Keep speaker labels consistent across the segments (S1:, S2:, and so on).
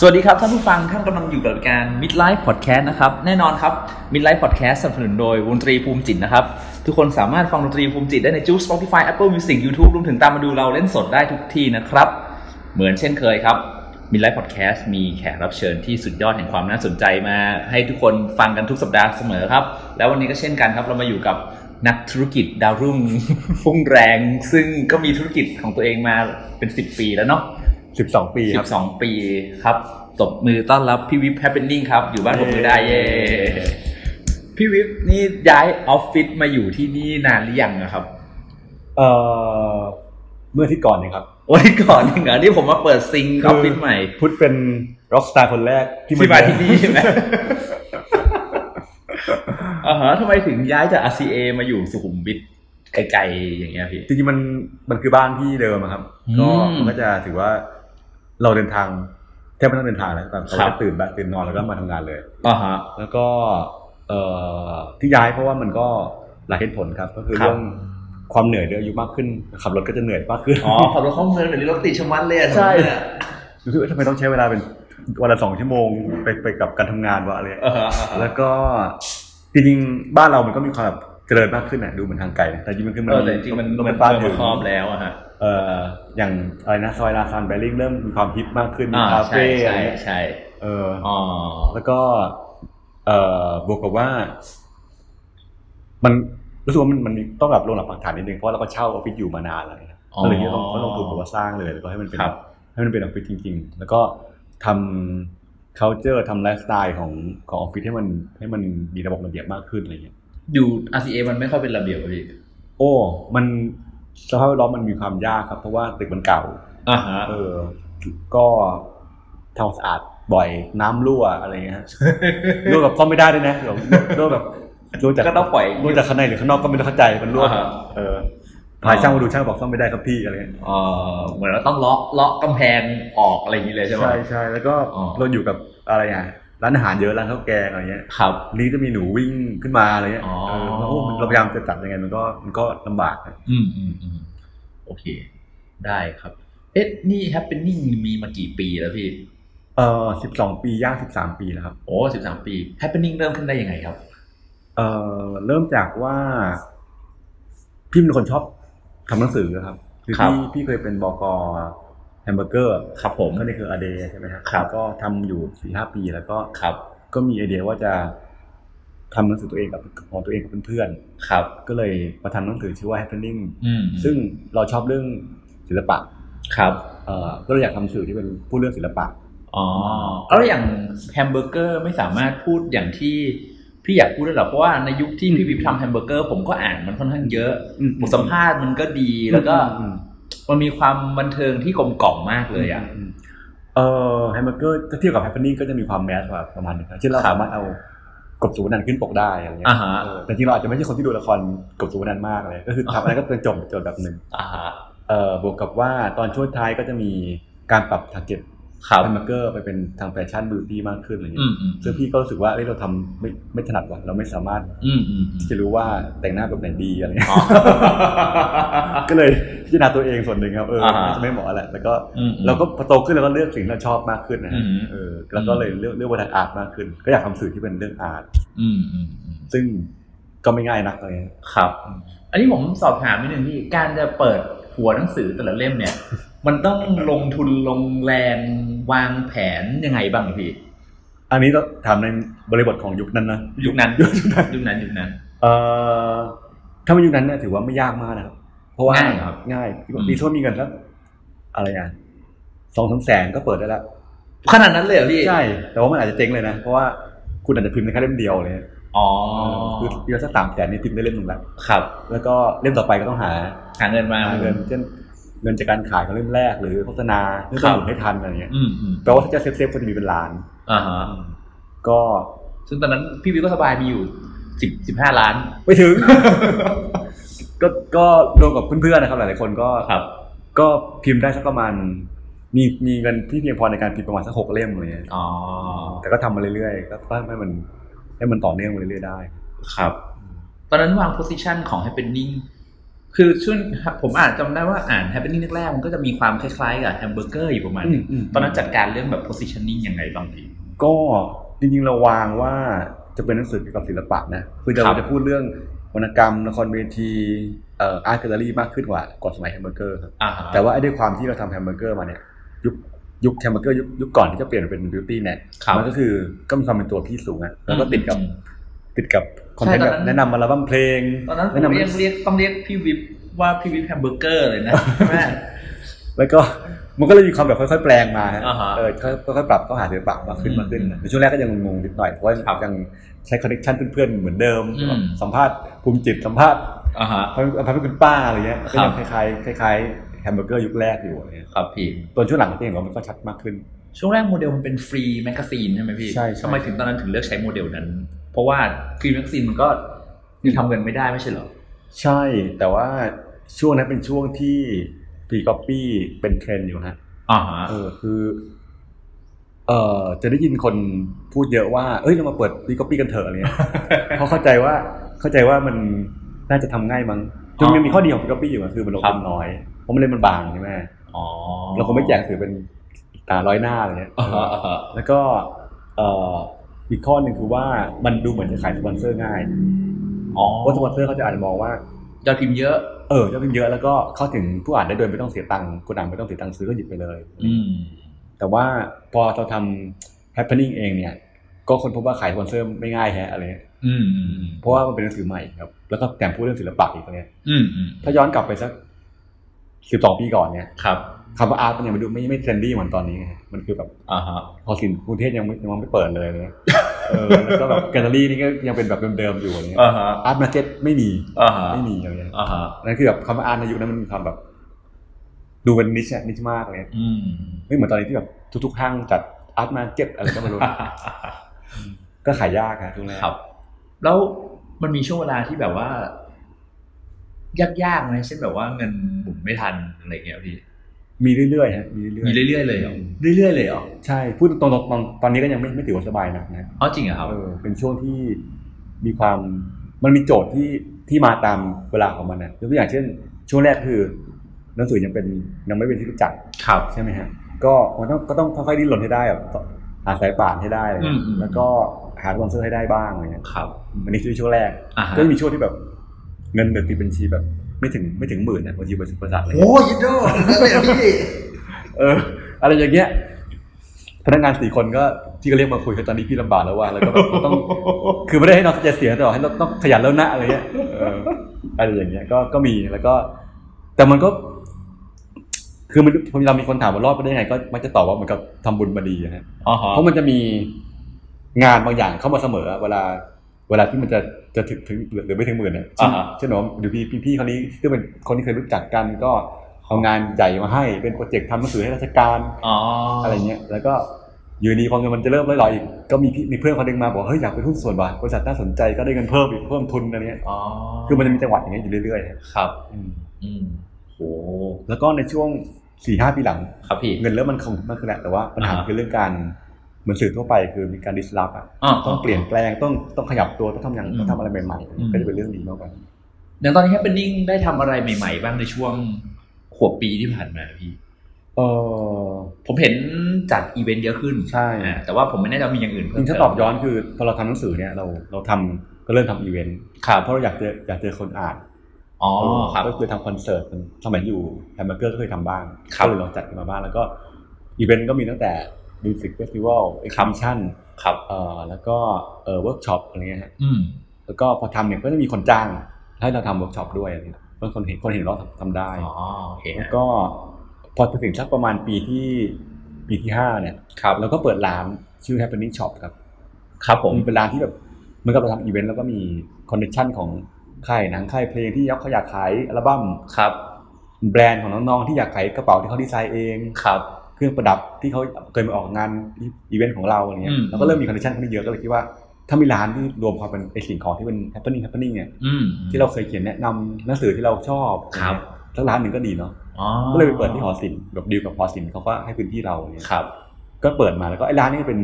S1: สวัสดีครับท่านผู้ฟังท่านกำลังอยู่กับรายการ Midlife Podcast นะครับ แน่นอนครับ Midlife Podcast สนับสนุนโดยวงตรีภูมิจิตนะครับ ทุกคนสามารถฟังดนตรีภูมิจิตได้ในจู Spotify Apple Music YouTube รวมถึงตามมาดูเราเล่นสดได้ทุกที่นะครับ เหมือนเช่นเคยครับ Midlife Podcast มีแขกรับเชิญที่สุดยอดแห่งความน่าสนใจมา ให้ทุกคนฟังกันทุกสัปดาห์เสมอครับ แล้ววันนี้ก็เช่นกันครับเรามาอยู่กับนักธุรกิจดาวรุ่ง ฟุ้งแรง ซึ่งก็มีธุรกิจของตัวเองมาเป็น 10 ปีแล้วเนาะ
S2: สิบสองปีครับ
S1: 12 ปีครับ ตบมือต้อนรับพี่วิปแฮปเปนนิ่งครับ อยู่บ้านผมมือได้เย้ พี่วิปนี่ย้ายออฟฟิศมาอยู่ที่นี่นานหรือยังอะครับ
S2: เอ่อ เมื่ออาที่ก่อนเนะครับ
S1: วันก่อนเหรอที่ผมมาเปิดซิงค์ออฟฟิศใหม่
S2: พุทธเป็นร็อกสตาร์คนแรกที่
S1: ที่มาที่
S2: เยือ
S1: นี่ใช่ไหมอ่าฮะทำไมถึงย้ายจาก RCA มาอยู่สุขุมวิทไกลๆอย่างเงี้ยพี่
S2: จริงๆมันมันคือบ้านที่เดิมอะครับ
S1: อืม
S2: ก็มันก็จะถือว่าเราเดินทางแทบไม่ต้องเดินทางแล้วตอน
S1: ครั
S2: เช้า
S1: บ
S2: ตื่นบ้านตื่นนอนแล้วก็มาทำงานเลย
S1: อ่าฮะ
S2: แล้วก็เอ่อที่ย้ายเพราะว่ามันก็หลายเหตุผลครับ ก็คือ
S1: ครับ
S2: เรื่องความเหนื่อยด้วยอายุมากขึ้นขับรถก็จะเหนื่อยมากขึ้น
S1: อ๋อขับรถเข้าเมืองเดี๋ยวนี้รถติดชะมัดเลยอะ
S2: ใช่รู้สึกว่าทำไมต้องใช้เวลาเป็นวันละสองชั่วโมงไปไปกับการทำงานวะอะไร
S1: อ่าฮะอ่าฮะ
S2: แล้วก็จริงๆบ้านเรามันก็มีความแบบเจริญมากขึ้นนะดูเหมือนทางไกลนะแต่จริงๆมันคือมั
S1: เอน อแต่จริงๆมัน
S2: รถ
S1: มั
S2: ไฟ
S1: น
S2: ฟ้า
S1: เมือง
S2: ถึ
S1: มัน
S2: ง
S1: ครอบแล้วอะฮะ
S2: เอ่ออย่างอะไรนะซอยลาซานแบริ่งเริ่มมีความฮิปมากขึ้นมี
S1: อ่า
S2: คา
S1: ใช่
S2: เฟ่อะไร
S1: ใช่
S2: เงี้ย
S1: ใช่
S2: เอออ
S1: อ๋อ
S2: แล้วก็ เอ่อบวกกับว่า มันรู้สึกว่ามันมันต้องแบบลงหลักปักฐานนิดนึงเพราะเราก็เช่าออฟฟิศอยู่มานานเลยนะ
S1: อ๋อ
S2: ก็เลยต้องต้องลงทุนแบบว่าสร้างเลยแล้วก็ให้มันเป็น
S1: ครับ
S2: ให้มันเป็นออฟฟิศจริง ๆ แล้วก็ทำ culture ทำไลฟ์สไตล์ของของออฟฟิศให้มันให้มันมีระบบระเบียบมากขึ้นอะไรอย่างเงี้ย
S1: อยู่ RCA มันไม่ค่อยเป็นระเบียบอะพี่
S2: โอ้ มันสภาพแวดล้อมมันมีความยากครับ เพราะว่าตึกมันเก่า
S1: อ่าฮะ
S2: เออ ก็ทำความสะอาดบ่อยน้ำรั่วอะไรเงี้ย ฮะ รั่วแบบซ่อมไม่ได้ด้วยนะเดี๋ยวรั่วแบบรั่วจาก
S1: ก็ต้องปล่อย
S2: รั่วจากข้างในหรือข้างนอกก็ไม่ได้เข้าใจมันรั่ว
S1: อ่าฮะ
S2: เออพายช่างมาดูช่างบอกซ่อมไม่ได้ครับพี่อะไรเงี้ย
S1: เออเหมือนเราต้องเลาะเลาะกำแพงออกอะไรอย่างนี้เลยใช่ไหม
S2: ใช่แล้วก็
S1: อ๋อ
S2: เราอยู่กับอะไรอ่ะร้านอาหารเยอะร้านข้าวแกงอะไรเงี้ย
S1: ครับ
S2: นี่จะมีหนูวิ่งขึ้นมาอะไรเงี้ย
S1: อ๋อ
S2: เออแล้วโอ้มันเราพยายามจะจัดยังไงมันก็มันก็ลำบากนะ
S1: อืมอืมอืมโอเค ได้ครับ เอ๊ะนี่ happening มีมากี่ปีแล้วพี่
S2: เออสิบสองปีย่างสิบสามปีแล้วครับ
S1: โอ้สิบสามปี happening เริ่มขึ้นได้ยังไงครับ
S2: เออเริ่มจากว่า พี่เป็นคนชอบทำหนังสือครับคือ
S1: ครับ
S2: พี่พี่เคยเป็นบกแฮมเบอร์เกอร์
S1: ครับผม
S2: ก็นี่คืออเดใช่ไหมครับ
S1: ครับ
S2: แล้วก็ทำอยู่สี่ห้าปีแล้วก็
S1: ครับ
S2: ก็มีไอเดียว่าจะทำหนังสือตัวเองกับของตัวเองกับเพื่อน
S1: ครับ
S2: ๆก็เลยมาทำหนังสือชื่อว่า happening
S1: อืม
S2: ซึ่งเราชอบเรื่องศิลปะ
S1: ครับ
S2: เออก็เลยอยากทำสื่อที่เป็นพูดเรื่องศิลปะ
S1: อ๋อแล้วอย่างแฮมเบอร์เกอร์ไม่สามารถพูดอย่างที่พี่อยากพูดได้หรอกเพราะว่าในยุคที่พี่วิพทำแฮมเบอร์เกอร์ผมก็อ่านมันค่อนข้างเยอะ
S2: อืม
S1: บทสัมภาษณ์มันก็ดีแล้วก็
S2: อืม
S1: มันมีความบันเทิงที่กลมกล่อมมากเลยอ่ะ
S2: มเออแฮมเบอร์เกอร์ถ้าเทียบกับแฮปปี้ก็จะมีความแมสกว่าประมาณหนึงนะเช่นเรา
S1: ครับ
S2: สามารถเอากบสูนันขึ้นปกได้อะไรเงี้
S1: อ่าย ฮะ
S2: เออแต่จริงเราอาจจะไม่ใช่คนที่ดูละครกบสูนันมากเลย ก็คือทำอะไรก็เป็นจมจนแบบหนึ่ง
S1: อ่าฮะ
S2: เออบวกกับว่าตอนช่วงท้ายก็จะมีการปรับทาร์เก็ต
S1: ครับ
S2: แฮมเบอร์เกอร์ไปเป็นทางแฟชั่นบิวตี้มากขึ้นอะไร
S1: อื
S2: เงี้ย
S1: มอืม
S2: ซึ่งพี่ก็รู้สึกว่าเอ้ยเราทำไม่ไม่ถนัดว่ะเราไม่สามารถ
S1: อืมอืม
S2: ที่จะรู้ว่าแต่งหน้าแบบไหนดีอะไรเงี้ย
S1: อ๋อ
S2: ก็เลยพิจารณาตัวเองส่วนหนึ่งครับเออ
S1: อ่าฮะ
S2: น่าจะไม่เหมาะแหละแล้วก็
S1: อืม
S2: เราก็พอโตขึ้นเราก็เลือกสิ่งที่เราชอบมากขึ้นนะฮะ
S1: อืม
S2: เออแล้วก็เลยเลือกเลือกวัฒนอาร์ตมากขึ้น ก็อยากทำสื่อที่เป็นเรื่องอาร์ต
S1: อืมอืมอืม
S2: ซึ่งก็ไม่ง่ายนักอะไรเลย
S1: ครับ
S2: อืม
S1: อันนี้ผมสอบถามนิดนึงพี่การจะเปิดหัวหนังสือแต่ละเล่ม เนี่ย มันต้องลงทุนลงแรงวางแผนยังไงบ้างพี่
S2: อันนี้เราถามในบริบทของยุคนั้นนะ
S1: ยุคนั้น
S2: ยุคนั้น
S1: ยุคนั้นยุคนั้น
S2: เอ่อถ้าเป็นยุคนั้นเนี่ยถือว่าไม่ยากมากนะครับ เพราะว่า
S1: ง่ายเหรอครับ
S2: ง่าย
S1: อืม
S2: ดีทั่วามีเงินแล้วอะไรอ่ะสองสามแสนก็เปิดได้แล้ว
S1: ขนาดนั้นเลยเหรอพี่
S2: ใช่แต่ว่ามันอาจจะเจ๊งเลยนะ เพราะว่าคุณอาจจะพิมพ์ได้แค่เล่มเดียวเลย
S1: อ๋อ
S2: คือเดียวสักสามแสนนี่พิมพ์ได้เล่มหนึ่งแล้ว
S1: ครับ
S2: แล้วก็เล่มต่อไปก็ต้องหา
S1: หาเงินมา
S2: หาเงินเช่นเงินจากการขายของเล่มแรกหรือโฆษณาเรื่อง
S1: ครั
S2: ต้
S1: บ
S2: นทุนให้ทันอะไรเงี้ย
S1: อืมอืม
S2: แปลว่าถ้าจะเซฟเซฟก็จะมีเป็นล้าน
S1: อ่าฮะ
S2: ก็
S1: ซึ่งตอนนั้นพี่วิวก็สบายมีอยู่สิบสิบห้าล้าน
S2: ไม่ถึง ก็ก็รวมกับเพื่อนๆนะครับ หลายๆคนก็
S1: ครับ
S2: ก็พิมพ์ได้สักประมาณ มีมีเงินที่เพียงพอในการพิมพ์ประมาณสักหกเล่มอะไรเงี้ย
S1: อ๋อ
S2: แต่ก็ทำมาเรื่อยๆก็ก็ให้มันให้มันต่อเนื่องมาเรื่อยๆได้
S1: ครับ ตอนนั้นวางโพสิชันของ happening คือช่วงผมอ่านจำได้ว่าอ่าน Happening แรกๆมันก็จะมีความคล้ายๆกับแฮมเบอร์เกอร์อยู่ประมาณหนึง
S2: อืมอืม
S1: ตอนนั้นจัดการเรื่องแบบ positioning ยังไงบางที
S2: ก็จริงๆเราวางว่าจะเป็นหนังสือเกี่ยวกับศิลปะนะคือ
S1: ครั
S2: เรา
S1: บ
S2: จะพูดเรื่องวรรณกรรมละครเวทีเอ่ออาร์ตแกลเลอรี่มากขึ้นกว่าก่อนสมัยแฮมเบอร์เกอร์ครับ
S1: อ่า
S2: แต่ว่าไอ้ด้วยความที่เราทำแฮมเบอร์เกอร์มาเนี่ยยุคยุคแฮมเบอร์เกอร์ยุคยุคก่อนที่จะเปลี่ยนเป็นบิวตี้เนี่ย
S1: ครับ
S2: มัก็คือก็มีความเป็นตัวพี่สูงอะแล้วก็ติดกับติดกับคอนเทนต์
S1: ใช่
S2: แบ
S1: ตอนนั้
S2: บ
S1: น
S2: แนะนำอัลบั้มเพลง
S1: ตอนนั้นผ
S2: แนะ
S1: ม
S2: นำ
S1: เรียกเรียกต้องเรียกพี่วิบว่าพี่วิบแฮมเบอร์เกอร์เลยนะใช่ไหม
S2: แล้วก็มันก็เลยมีความแบบค่อยๆ แปลงมาฮะ
S1: อ่าฮะ
S2: เออค่อยๆปรับเข้าหาศิลปะมากขึ้น
S1: อืม
S2: มากขึ้นในช่วงแรกก็ยังงงๆนิดหน่อยเพราะว่า
S1: ครับ
S2: ยังใช้คอนเนคชันเพื่อนๆเหมือนเดิม
S1: อืม
S2: สัมภาษณ์ภูมิจิตสัมภาษณ์
S1: อ่าฮะ
S2: พาพาเป็นคุณป้าอะไรเงี้ย
S1: ค
S2: ก็
S1: รั
S2: ยั
S1: บ
S2: งคล้ายๆคล้ายๆแฮมเบอร์เกอร์ยุคแรกอยู่อะไรเงี้ย
S1: ครับพี่
S2: ตอนช่วงหลังก็จะเห็นว่ามันก็ชัดมากขึ้น
S1: ช่วงแรกโมเดลมันเป็นฟรีแมกกาซีนใช่ไหมพี่
S2: ใช่ใช่
S1: ทำไมถึงตอนนั้นถึงเลือกใช้โมเดลนั้น เพราะว่าฟรีแมกกาซีนมันก็ยังทำเงินไม่ได้ไม่ใช่เหรอ
S2: ใช่ แต่ว่าช่วงนั้นเป็นช่วงที่ฟรีก๊อปปี้เป็นเทรนด์อยู่ฮะ
S1: อ่าฮะ
S2: เออคือเออจะได้ยินคนพูดเยอะว่า เอ้ยเรามาเปิดรีคอปี้กันเถอะอะไรเงี้ย เพราะเข้าใจว่าเข้าใจว่ามันน่าจะทำง่ายมั้งจน
S1: อ๋อ
S2: ยังมีข้อดีของรีคอปี้อยู่อะคือมันลง
S1: ครั
S2: ทุ
S1: บ
S2: นน้อย เพราะมันเล่นมันบางใช่ไหม
S1: อ๋อ
S2: เราคงไม่แจกถือเป็นตาร้อยหน้าอะไรเงี้ย
S1: อ่าฮะอ่าฮะ
S2: แล้วก็เอ่ออีกข้อหนึ่งคือว่ามันดูเหมือนจะขายสปอนเซอร์ง่าย
S1: อ๋อ
S2: เพราะสปอนเซอร์เขาจะอาจจะมองว่า
S1: ยอดพิมพ์เยอะ
S2: เออยอดพิมพ์เยอะแล้วก็เข้าถึงผู้อ่านได้โดยไม่ต้องเสียตังค์กูดังไม่ต้องเสียตังค์ซื้อก็หยิบไปเลย
S1: อืม
S2: แต่ว่าพอเราทำ happening เองเนี่ย ก็คนพบว่าขายสปอนเซอร์ไม่ง่ายแฮะอะไรเงี้ย
S1: อืมอืมอืม
S2: เพราะว่ามันเป็นหนังสือใหม่ครับ แล้วก็แถมพูดเรื่องศิลปะอีกอะไรเงี้ย
S1: อืมอืม
S2: ถ้าย้อนกลับไปสักสิบสองปีก่อนเนี่ย
S1: ครับ
S2: คำว่าอาร์ตมันยังไม่ดูไม่ไม่เทรนดี้เหมือนตอนนี้ไงมันคือแบบ
S1: อ่าฮะ
S2: พอสินกรุงเทพยังไม่ยังไม่เปิดเลยอะไรเนี่ยเออแล้วก็แบบแกลเลอรี่นี่ก็ยังเป็นแบบเดิมๆอยู่อะไรเงี้ย
S1: อ่าฮะ
S2: อาร์ตมาร์เก็ตไม่มี
S1: อ่าฮะ
S2: ไม่มีอะไรเงี้ย
S1: อ่าฮะ
S2: นั่นคือแบบคำว่าอาร์ตในยุคนั้นมันมีความแบบ ดูเป็นนิชนิชมากเลย
S1: อืม
S2: ไม่เหมือนตอนนี้ที่แบบทุกๆห้างจัดอาร์ตมาร์เก็ตอะไรก็ไม่รู้ ก็ขายยากฮะช่วงแรก
S1: ครับ แล้วมันมีช่วงเวลาที่แบบว่ายากๆไหมเช่นแบบว่าเงินหมุนไม่ทันอะไรเงี้ยพี่
S2: มีเรื่อยๆฮะมีเรื่อยๆ
S1: มีเรื่อยๆเลยเหรอ เรื่อยๆเลยเหรอ
S2: ใช่พูดตรงๆตอนตอนนี้ก็ยังไม่ไม่ถือว่าสบายนักนะ
S1: อ๋อจริงเหรอครับ
S2: เออเป็นช่วงที่มีความมันมีโจทย์ที่ที่มาตามเวลาของมันนะยกตัวอย่างเช่น ช่วงแรกคือหนังสือยังเป็นยังไม่เป็นที่รู้จัก
S1: ครับ
S2: ใช่ไหมฮะก็มันต้องก็ต้องค่อยๆดิ้นรนให้ได้แบบหาสายป่านให้ได้อะไรเงี้ย
S1: อืมๆ
S2: แล้วก็หาสปอนเซอร์ให้ได้บ้างอะไรเงี้ย
S1: ครับ
S2: อันนี้คือช่วงแรก
S1: อ่าฮะ
S2: ก็จะมีช่วงที่แบบเงินเดือนติดบัญชีแบบ ไม่ถึงไม่ถึงหมื่นนะบางทีบริษัทบริษัทอะไรเงี้ย
S1: ยยิดโดนั่นเลยพี่
S2: เอออะไรอย่างเงี้ยพนักงานสี่คนก็ที่ก็เรียกมาคุยกันตอนนี้พี่ลำบากแล้วว่าแล้วก็แบบต้อง คือไม่ได้ให้น้องจะเสียแต่ว่าให้เราต้องขยันแล้วนะอะไรเงี้ยเอออะไรอย่างเงี้ยก็ก็มีแล้วก็ แต่มันก็ คือมันพอเรามีคนถามว่ารอดไปได้ยังไง ก็มักจะตอบว่าเหมือนกับทำบุญมาดีนะฮะ
S1: อ๋อฮะ
S2: เพราะมันจะมีงานบางอย่างเข้ามาเสมอเวลา เวลาที่มันจะจะถึงถึงหรือไม่ถึงหมื่นเนี่ยเช่นเช่นว่าเดี๋ยวพี่พี่พี่คนนี้ซึ่งเป็นคนที่เคยรู้จักกัน ก็เอางานใหญ่มาให้เป็นโปรเจกต์ทำหนังสือให้ราชการ
S1: อ๋อ
S2: อะไรเงี้ย แล้วก็อยู่ดีพอเงินมันจะเริ่มลอยๆอีก ก็มีพี่มีเพื่อนคนหนึงมาบอกเฮ้ยอยากเป็นหุ้นส่วนว่ะบริษัทน่าสนใจก็ได้เงินเพิ่มอีกเพิ่มทุนอะไรเงี้ย
S1: อ๋อ
S2: คือมันจะมีจังหวะอย่างเงี้ยอยู่เรื่อยๆครับ
S1: ครับ อืมโห
S2: แล้วก็ในช่วง4ี่ห้าปีหลัง
S1: ครับพี่
S2: เงินเริ่มมันคงมากขึ้นแหละแต่ว่าปัญหา
S1: อ่าฮะ
S2: คือเรื่องการเหมือนสื่อทั่วไปคือมีการดิสลอฟอะ
S1: อ๋อ
S2: ต้องเปลี่ยนแปลงต้องต้องขยับตัวต้องทำอย่าง
S1: อืม
S2: ต้องทำอะไรใหม่
S1: อืม
S2: ๆก็จะเป็นเรื่องดีมากกว่า
S1: อย่างตอนนี้แฮปปิ้งได้ทำอะไรใหม่ๆ บ้างในช่วงขวบปีที่ผ่านมาพี่
S2: เออ
S1: ผมเห็นจัดอีเวนต์เยอะขึ้น
S2: ใช่
S1: อ่าแต่ว่าผมไม่แน่ใจว่ามีอย่างอื่น
S2: จ
S1: เพิ่
S2: ริ
S1: ม
S2: งๆ
S1: เติ
S2: ถ้ามตอบย้อนคือพอเราทำหนังสือเนี่ยเราเราทำก็เริ่มทำอีเวนต์
S1: ครับ
S2: เพราะเราอยากเจออยากเจอคนอ่าน
S1: อ๋อครับ
S2: ก็คือทำคอนเสิร์ตมันสมัยอยู่แฮมเบอร์เกอร์ก็เคยทำบ้าง
S1: ครับ
S2: ก็เลยลองจัดกันมาบ้างแล้วก็อีเวนต์ก็มีตั้งแต่มิวสิกเฟสติวัลเอ็ก
S1: ครับ
S2: ซิบิชัน
S1: ครับ
S2: เอ่อแล้วก็เอ่อเวิร์กช็อปอะไรเงี้ยฮะ
S1: อืม
S2: แล้วก็พอทำเนี่ยก็จะมีคนจ้างให้เราทำเวิร์กช็อปด้วยอะไรเงี้ยบางคนเห็นคนเห็นเราทำทำได้
S1: อ๋อโอเค
S2: แล้
S1: ฮะ
S2: วก็พอถึงสักประมาณปีที่ปีที่ห้าเนี่ย
S1: ครับ
S2: เราก็เปิดร้านชื่อ Happening Shop ครับ
S1: ครับผม
S2: มันเป็นร้านที่แบบเหมือนกับเราทำอีเวนต์แล้วก็มีคอนเนคชั่นของค่ายหนังค่ายเพลงที่ยักเขาอยากขายอัลบั้ม
S1: ครับ
S2: แบรนด์ของน้องๆที่อยากขายกระเป๋าที่เขาดีไซน์เอง
S1: ครับ
S2: เครื่องประดับที่เขาเคยมาออกงานอีเวนต์ของเราอะไรเงี้
S1: อื
S2: ย
S1: ม
S2: แล้วก็เริ่มมีคอนเนคชั่นคนนี้เยอะก็เลยคิดว่า ถ้ามีร้านที่รวมความเป็นไอสิ่งของที่เป็น happening happening เนี่ย
S1: อืม
S2: ที่เราเคยเขียนแนะนำหนังสือที่เราชอบ
S1: ครับ
S2: แล้วร้านหนึ่งก็ดีเนาะ
S1: อ๋อ
S2: ก็เลยไปเปิดที่หอศิลป์แบบดีลกับหอศิลป์เขาก็ให้พื้นที่เราเนี่ย
S1: ครับ
S2: ก็เปิดมาแล้วก็ไอ้ร้านนี้เป็น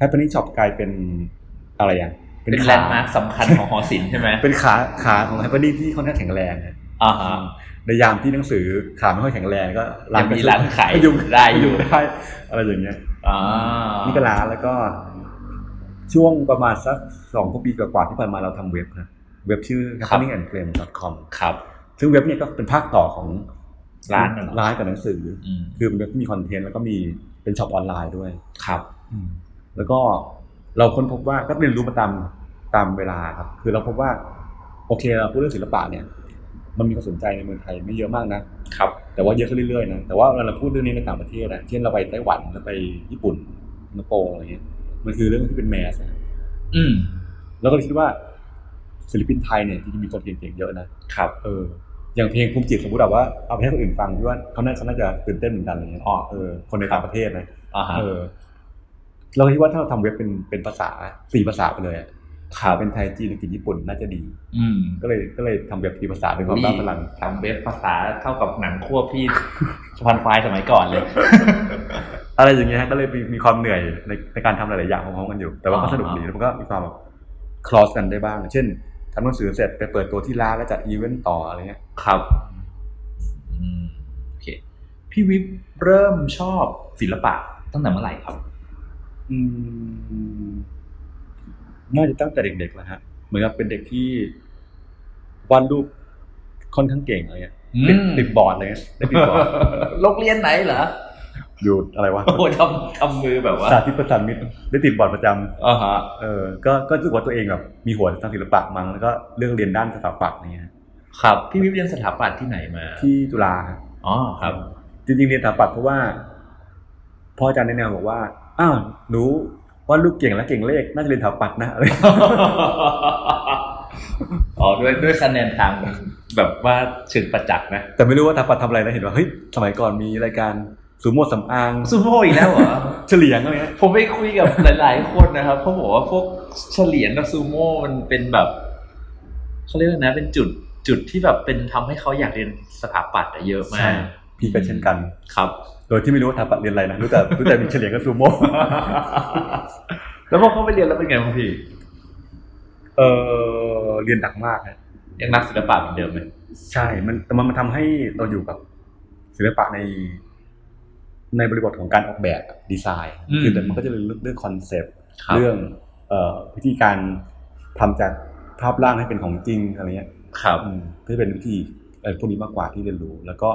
S2: happening shop กลายเป็นอะไรอ่ะ
S1: เป็นแลนด์มาร์คสำคัญของหอศิลป์ใช่ไหม
S2: เป็นขาขาของ happening ที่ค่อนข้างแข็งแรงนะ
S1: อ่าฮะ
S2: ในยามที่หนังสือขาไม่ค่อยแข็งแรงก็ร้าน
S1: ยังมีร้านขาย
S2: ก็อยู่
S1: ได้
S2: ก็
S1: อ
S2: อยู่ ยู่ได้อะไรอย่างเงี้ย
S1: อ่า
S2: นี่ก็ร้านแล้วก็ ช่วงประมาณสักสองปีกว่าๆที่ผ่านมาเราทำเว็บนะเว็บชื่อ c o m i n g and claim com
S1: ครับ
S2: ซึ่งเว็บเนี่ยก็เป็นภาคต่อของ
S1: ร้านน่ะเหรอ
S2: ร้านกับหนังสือ
S1: อืม
S2: คือมันก็มีคอนเทนต์แล้วก็มีเป็นช็อปออนไลน์ด้วย
S1: ครับ
S2: แล้วก็เราค้นพบว่าก็เรียนรู้มาตามตามเวลาครับ คือเราพบว่า โอเคเราพูดเรื่องศิลปะเนี่ย มันมีความสนใจในเมืองไทยไม่เยอะมากนะ
S1: ครับ
S2: แต่ว่าเยอะขึ้นเรื่อยๆนะ แต่ว่าเวลาเราพูดเรื่องนี้ในต่างประเทศนะเช่นเราไปไต้หวันเราไปญี่ปุ่นสิงคโปร์อะไรเงี้ย มันคือเรื่องที่เป็นแมสนะ
S1: อืม
S2: แล้วก็เลยคิดว่าศิลปินไทยเนี่ยจริงๆมีคนเก่งๆเยอะนะ
S1: ครับ
S2: เออ อย่างเพลงภูมิจิตสมมติแบบว่าเอาไปให้คนอื่นฟังพี่ว่าเขาน่าเขาน่าจะตื่นเต้นเหมือนกันอะไรเงี้ย
S1: อ๋อ
S2: เออ คนในต่างประเทศนะ
S1: อ่าฮะ
S2: เออ เราคิดว่าถ้าเราทำเว็บเป็นเป็นภาษาสี่ภาษาไปเลยอะ
S1: ครับ
S2: เป็นไทยจีนอังกฤษญี่ปุ่นน่าจะดี
S1: อืม
S2: ก็เลยก็เลยทำเว็บสี่ภาษาเป็นความบ้าพลัง
S1: ทำเว็บภาษาเท่ากับหนังควบ ที่ สะพานควายสมัยก่อนเลย
S2: อะไรอย่างเงี้ยฮะก็เลยมีมีความเหนื่อยในในการทำหลายๆอย่างพร้อมๆกันอยู่ แต่ว่าก็สนุกดีแล้วมันก็มีความแบบคลอสกันได้บ้าง เช่นทำหนังสือเสร็จไปเปิดตัวที่ร้านแล้วจัดอีเวนต์ต่ออะไรเงี้ย
S1: ครับอืมโอเค พี่วิปเริ่มชอบศิลปะตั้งแต่เมื่อไหร่ครับ
S2: อืมน่าจะตั้งแต่เด็กๆแล้วฮะ เหมือนกับเป็นเด็กที่วาดรูปค่อนข้างเก่งอะไรเงี้ย
S1: อืม
S2: ติดติดบอร์ดอะไรเงี้ยได้ติด บอร์ด
S1: โรงเรียนไหนเหรอ
S2: อยู่อะไรวะ
S1: โอ้โหทำทำมือแบบว่า
S2: สาธิตประสานมิตรได้ติดบอร์ดประจำ
S1: อ่าฮะ
S2: เออก็ก็รู้สึกว่าตัวเองแบบมีหัวทางศิลปะมั้งแล้วก็เรื่องเรียนด้านสถาปัตย์อะไรเงี้ยฮะ
S1: ครับ พี่วิปเรียนสถาปัตย์ที่ไหนมา
S2: ที่จุฬาฮะ
S1: อ๋อครับ
S2: จริงๆเรียนสถาปัตย์เพราะว่าพ่ออาจารย์แนะแนวบอกว่าอ้าวหนูว่าดลูกเก่งและเก่งเลขน่าจะเรียนสถาปัตย์นะอะไร
S1: อ๋อด้วยด้วยคะแนนทางแบบว่าเชิงประจักษ์นะ
S2: แต่ไม่รู้ว่าสถาปัตย์ทำอะไรนะเห็นว่าเฮ้ยสมัยก่อนมีรายการสูโมทสำอาง
S1: ซูโม่อีกแล้วเหรอ
S2: เฉลียงอะไรเงี้ย
S1: ผมไปคุยกับหลาย ๆ คนนะครับเขาบอกว่าพวกเฉลียงกับซูโม่มันเป็นแบบเขาเรียกว่านะ เป็นจุดจุดที่แบบเป็นทำให้เขาอยากเรียนสถาปัตย์อะเยอะมาก
S2: พี่ก็เช่นกัน
S1: ครับ
S2: โดยที่ไม่รู้ว่าสถาปัตย์เรียนอะไรนะรู้แต่รู้แต่มีเฉลียงกับสูโม่
S1: แล้วพอเขาไปเรียนแล้วเป็นไงบ้างพี่
S2: เออเรียนหนักมากนะ
S1: ยังรักศิลปะเหมือนเดิมไหม
S2: ใช่มันแต่มันมันทำให้เราอยู่กับศิลปะใน ในบริบทของการออกแบบดีไซน์คือแต่มันก็จะเรียนเรื่องคอนเซป เรื่องเอ่อวิธีการทำจากภาพร่างให้เป็นของจริงอะไรเงี้ย
S1: ครับ
S2: อืมก็จะเป็นวิธีเอ่อพวกนี้มากกว่าที่เรียนรู้ แล้วก็